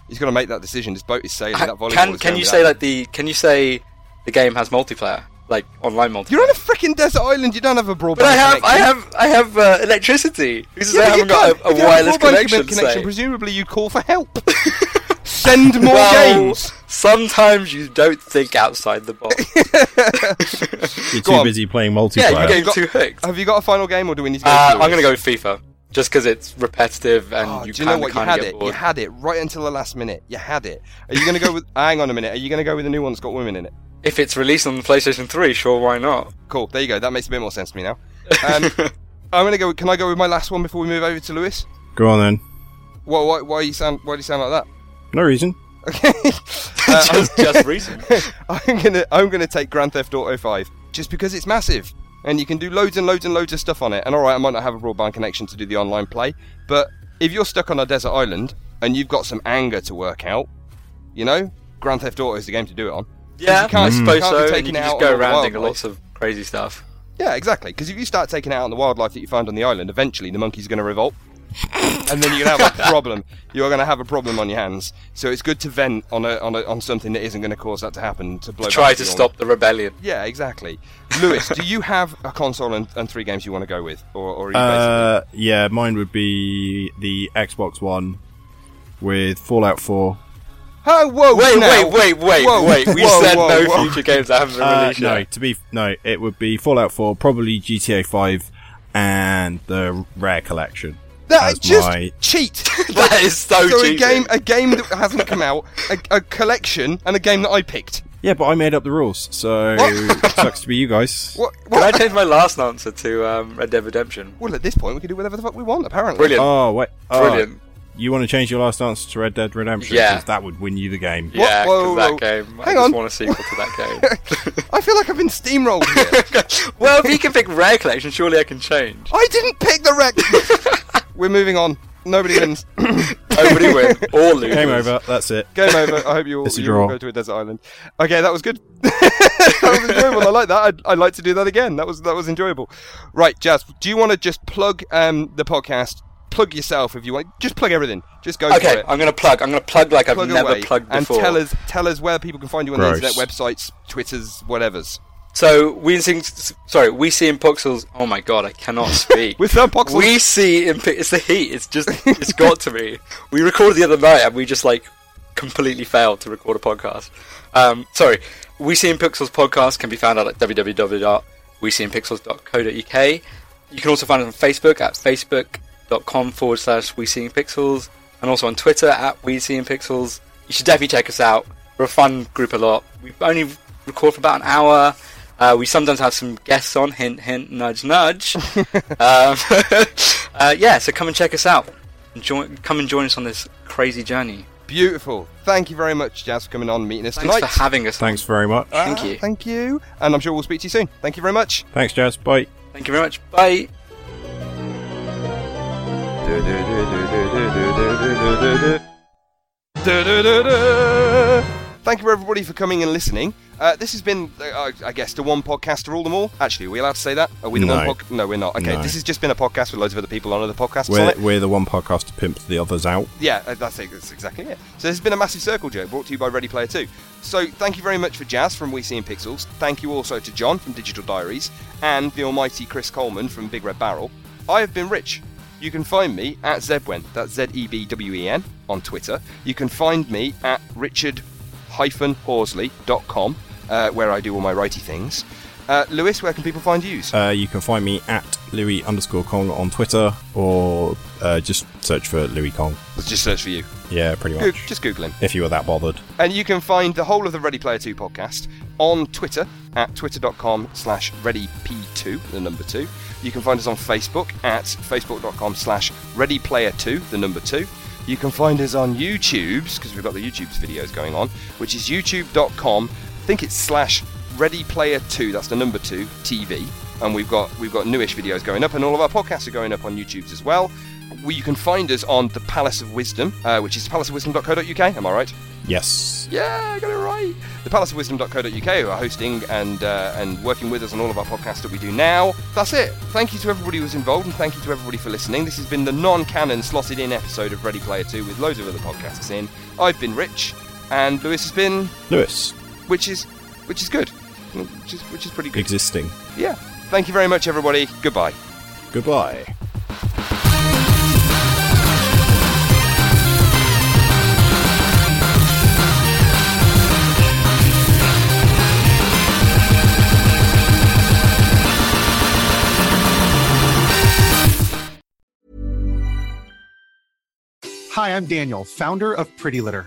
[SPEAKER 1] He's got to make that decision. His boat is sailing.
[SPEAKER 7] Ha-
[SPEAKER 1] That volleyball
[SPEAKER 7] can
[SPEAKER 1] is
[SPEAKER 7] can
[SPEAKER 1] going
[SPEAKER 7] you
[SPEAKER 1] down.
[SPEAKER 7] say like the can you say the game has multiplayer like online multiplayer?
[SPEAKER 1] You're on a freaking desert island. You don't have a broadband.
[SPEAKER 7] But I have, I
[SPEAKER 1] connection.
[SPEAKER 7] have, I have uh, electricity. Who says
[SPEAKER 1] Yeah,
[SPEAKER 7] I
[SPEAKER 1] but
[SPEAKER 7] haven't
[SPEAKER 1] you
[SPEAKER 7] got
[SPEAKER 1] can't-
[SPEAKER 7] a, a
[SPEAKER 1] if you had
[SPEAKER 7] wireless
[SPEAKER 1] broadband
[SPEAKER 7] connection?
[SPEAKER 1] connection,
[SPEAKER 7] say?
[SPEAKER 1] presumably you'd call for help. [LAUGHS] Send more
[SPEAKER 7] Well,
[SPEAKER 1] games.
[SPEAKER 7] Sometimes you don't think outside
[SPEAKER 1] [LAUGHS]
[SPEAKER 7] the box.
[SPEAKER 2] You're
[SPEAKER 1] Go
[SPEAKER 2] too
[SPEAKER 1] on.
[SPEAKER 2] busy playing
[SPEAKER 7] yeah, you
[SPEAKER 2] multiplayer.
[SPEAKER 7] get too hooked.
[SPEAKER 1] Have you got a final game, or do we need to? Go
[SPEAKER 7] Uh,
[SPEAKER 1] through
[SPEAKER 7] I'm going to
[SPEAKER 1] this?
[SPEAKER 7] go with FIFA, just because it's repetitive and
[SPEAKER 1] Oh,
[SPEAKER 7] you
[SPEAKER 1] do you know
[SPEAKER 7] kind of
[SPEAKER 1] what? You
[SPEAKER 7] kind
[SPEAKER 1] had
[SPEAKER 7] of get
[SPEAKER 1] it. You
[SPEAKER 7] bored.
[SPEAKER 1] had it right until the last minute. You had it. Are you going to go with? [LAUGHS] hang on a minute. Are you going to go with the new one that's got women in it?
[SPEAKER 7] If it's released on the PlayStation 3, sure, why not?
[SPEAKER 1] Cool. There you go. That makes a bit more sense to me now. Um, I'm going to go. Can I go with my last one before we move over to Lewis?
[SPEAKER 2] Go on then.
[SPEAKER 1] Why? Why, why you sound? Why do you sound like that? [LAUGHS]
[SPEAKER 2] No reason.
[SPEAKER 1] Uh,
[SPEAKER 7] [LAUGHS] just, just
[SPEAKER 1] [LAUGHS]
[SPEAKER 7] recent.
[SPEAKER 1] I'm gonna I'm gonna take Grand Theft Auto 5 just because it's massive and you can do loads and loads and loads of stuff on it. And all right, I might not have a broadband connection to do the online play, but if you're stuck on a desert island and you've got some anger to work out, you know, Grand Theft Auto is the game to do it on.
[SPEAKER 7] Yeah,
[SPEAKER 1] you can't-
[SPEAKER 7] I suppose
[SPEAKER 1] can't be
[SPEAKER 7] so. And
[SPEAKER 1] taking
[SPEAKER 7] you
[SPEAKER 1] it
[SPEAKER 7] can
[SPEAKER 1] out
[SPEAKER 7] just
[SPEAKER 1] on
[SPEAKER 7] go
[SPEAKER 1] all the
[SPEAKER 7] around doing
[SPEAKER 1] wildlife.
[SPEAKER 7] lots of crazy stuff.
[SPEAKER 1] Yeah, exactly. Because if you start taking it out on the wildlife that you find on the island, eventually the monkey's going to revolt, and then you're going to have a problem. You're going to have a problem on your hands. So it's good to vent on a, on, a, on something that isn't going to cause that to happen. To blow.
[SPEAKER 7] Try
[SPEAKER 1] back
[SPEAKER 7] to
[SPEAKER 1] your-
[SPEAKER 7] stop the rebellion.
[SPEAKER 1] Yeah, exactly. Lewis, do you have a console and, and three games you want to go with, or, or are you
[SPEAKER 2] Uh, yeah, mine would be the Xbox One with Fallout 4.
[SPEAKER 1] basically? Oh, whoa!
[SPEAKER 7] Wait,
[SPEAKER 1] now.
[SPEAKER 7] wait, wait, wait,
[SPEAKER 1] Whoa,
[SPEAKER 7] wait. We
[SPEAKER 1] whoa,
[SPEAKER 7] said
[SPEAKER 1] whoa,
[SPEAKER 7] no
[SPEAKER 1] whoa.
[SPEAKER 7] future games that haven't been
[SPEAKER 2] Uh,
[SPEAKER 7] released
[SPEAKER 2] no,
[SPEAKER 7] yet. [LAUGHS]
[SPEAKER 2] to be no, it would be Fallout 4, probably GTA 5, and the Rare Collection.
[SPEAKER 1] That
[SPEAKER 2] as
[SPEAKER 1] is just
[SPEAKER 2] my-
[SPEAKER 1] cheat.
[SPEAKER 7] [LAUGHS]
[SPEAKER 1] [LAUGHS]
[SPEAKER 7] That is so,
[SPEAKER 1] so a
[SPEAKER 7] cheating.
[SPEAKER 1] game, a game that hasn't come out, a, a collection, and a game that I picked.
[SPEAKER 2] Yeah, but I made up the rules, so
[SPEAKER 1] What?
[SPEAKER 2] sucks to be you guys.
[SPEAKER 1] [LAUGHS] What?
[SPEAKER 7] Can I
[SPEAKER 1] what?
[SPEAKER 7] change my last answer to um, Red Dead Redemption?
[SPEAKER 1] well, at this point, we can do whatever the fuck we want. Apparently,
[SPEAKER 7] Brilliant.
[SPEAKER 2] Oh wait, oh,
[SPEAKER 7] Brilliant.
[SPEAKER 2] You want to change your last answer to Red Dead Redemption?
[SPEAKER 7] Yeah.
[SPEAKER 2] 'cause that would win you the game.
[SPEAKER 1] What?
[SPEAKER 7] Yeah, 'cause
[SPEAKER 1] Whoa,
[SPEAKER 7] that
[SPEAKER 1] whoa.
[SPEAKER 7] game. I
[SPEAKER 1] Hang
[SPEAKER 7] just
[SPEAKER 1] on.
[SPEAKER 7] want a sequel
[SPEAKER 1] [LAUGHS]
[SPEAKER 7] to that game.
[SPEAKER 1] I feel like I've been steamrolled
[SPEAKER 7] [LAUGHS]
[SPEAKER 1] here.
[SPEAKER 7] well, if you can pick Rare Collection, surely I can
[SPEAKER 1] [LAUGHS]
[SPEAKER 7] change.
[SPEAKER 1] I didn't pick the
[SPEAKER 7] [LAUGHS]
[SPEAKER 1] wreck. We're moving on. Nobody wins.
[SPEAKER 7] Nobody win or lose.
[SPEAKER 2] Game over. That's it.
[SPEAKER 1] Game over. I hope you all,
[SPEAKER 2] It's a
[SPEAKER 1] you all
[SPEAKER 2] draw.
[SPEAKER 1] go to a desert island. Okay, that was good. [LAUGHS] that was enjoyable. I like that. I'd, I'd like to do that again. That was that was enjoyable. Right, Jazz. Do you want to just plug um, the podcast? Plug yourself if you want. Just plug everything. Just go for
[SPEAKER 7] Okay,
[SPEAKER 1] it.
[SPEAKER 7] I'm gonna plug. I'm gonna plug like I've
[SPEAKER 1] plug
[SPEAKER 7] never
[SPEAKER 1] away
[SPEAKER 7] plugged
[SPEAKER 1] and
[SPEAKER 7] before.
[SPEAKER 1] tell us tell us where people can find you on
[SPEAKER 2] Gross.
[SPEAKER 1] the internet, websites, twitters, whatever's.
[SPEAKER 7] So we see, sorry, we see in Poxels. Oh my god, I cannot speak.
[SPEAKER 1] With some Poxels.
[SPEAKER 7] we see in Pi- it's the heat. It's just it's got to me. We recorded the other night and we just like completely failed to record a podcast. Um, sorry, we see in Pixels podcast can be found out at www.weseeinpixels.co.uk. You can also find us on Facebook at facebook.com forward slash we see in pixels and also on Twitter at we see in pixels. You should definitely check us out. We're a fun group a lot. We only record for about an hour. Uh, we sometimes have some guests on, hint, hint, nudge, nudge. um, [LAUGHS] uh, yeah, so come and check us out. And Join, come and join us on this crazy journey.
[SPEAKER 1] Beautiful. Thank you very much, Jazz, for coming on, and meeting us
[SPEAKER 7] Thanks
[SPEAKER 1] tonight.
[SPEAKER 7] for having us.
[SPEAKER 2] Thanks very much.
[SPEAKER 7] Thank
[SPEAKER 1] Ah,
[SPEAKER 7] you.
[SPEAKER 1] Thank you. And I'm sure we'll speak to you soon. Thank you very much.
[SPEAKER 2] Thanks, Jazz. Bye.
[SPEAKER 7] Thank you very much. Bye.
[SPEAKER 1] Du-du-du-du. Thank you, everybody, for coming and listening. Uh, this has been, uh, I- I guess, the one podcast to rule them all. Actually, are we allowed to say that? Are we the
[SPEAKER 2] No.
[SPEAKER 1] one podcast? No, we're not. Okay,
[SPEAKER 2] No.
[SPEAKER 1] this has just been a podcast with loads of other people on other podcasts on
[SPEAKER 2] We're,
[SPEAKER 1] it.
[SPEAKER 2] we're the one podcast to pimp the others out.
[SPEAKER 1] Yeah, uh, that's it. That's exactly it. So this has been a massive circle joke brought to you by Ready Player Two. So thank you very much for Jazz from We See in Pixels. Thank you also to John from Digital Diaries and the almighty Chris Coleman from Big Red Barrel. I have been Rich. You can find me at Zebwen. That's E Z-E-B-W-E-N on Twitter. You can find me at richard-horsley.com, uh, where I do all my righty things. Uh, Lewis, where can people find you?
[SPEAKER 2] Uh, you can find me at Louis underscore Kong on Twitter or uh, just search for Louis Kong.
[SPEAKER 1] Just search for you.
[SPEAKER 2] Yeah, pretty
[SPEAKER 1] Goo-
[SPEAKER 2] much.
[SPEAKER 1] just Google him.
[SPEAKER 2] If you were that bothered.
[SPEAKER 1] And you can find the whole of the Ready Player 2 podcast on Twitter at twitter.com slash readyp2, the number 2. You can find us on Facebook at facebook.com slash readyplayer2, the number 2. You can find us on YouTube's, because we've got the YouTube's videos going on, which is youtube.com, I think it's slash Ready Player 2, that's the number 2, TV. And we've got we've got newish videos going up, and all of our podcasts are going up on YouTube's as well. We, you can find us on the Palace of Wisdom, uh, which is palaceofwisdom.co.uk. Am I right?
[SPEAKER 2] Yes.
[SPEAKER 1] Yeah, I got it right. The palaceofwisdom.co.uk who are hosting and uh, and working with us on all of our podcasts that we do now. That's it. Thank you to everybody who was involved and thank you to everybody for listening. This has been the non-canon slotted in episode of Ready Player 2 with loads of other podcasts in. I've been Rich and Lewis has been
[SPEAKER 2] Lewis.
[SPEAKER 1] which is which is good. Which is which is pretty good.
[SPEAKER 2] Existing.
[SPEAKER 1] Yeah. Thank you very much everybody. Goodbye.
[SPEAKER 2] Goodbye.
[SPEAKER 9] Hi, I'm Daniel, founder of Pretty Litter.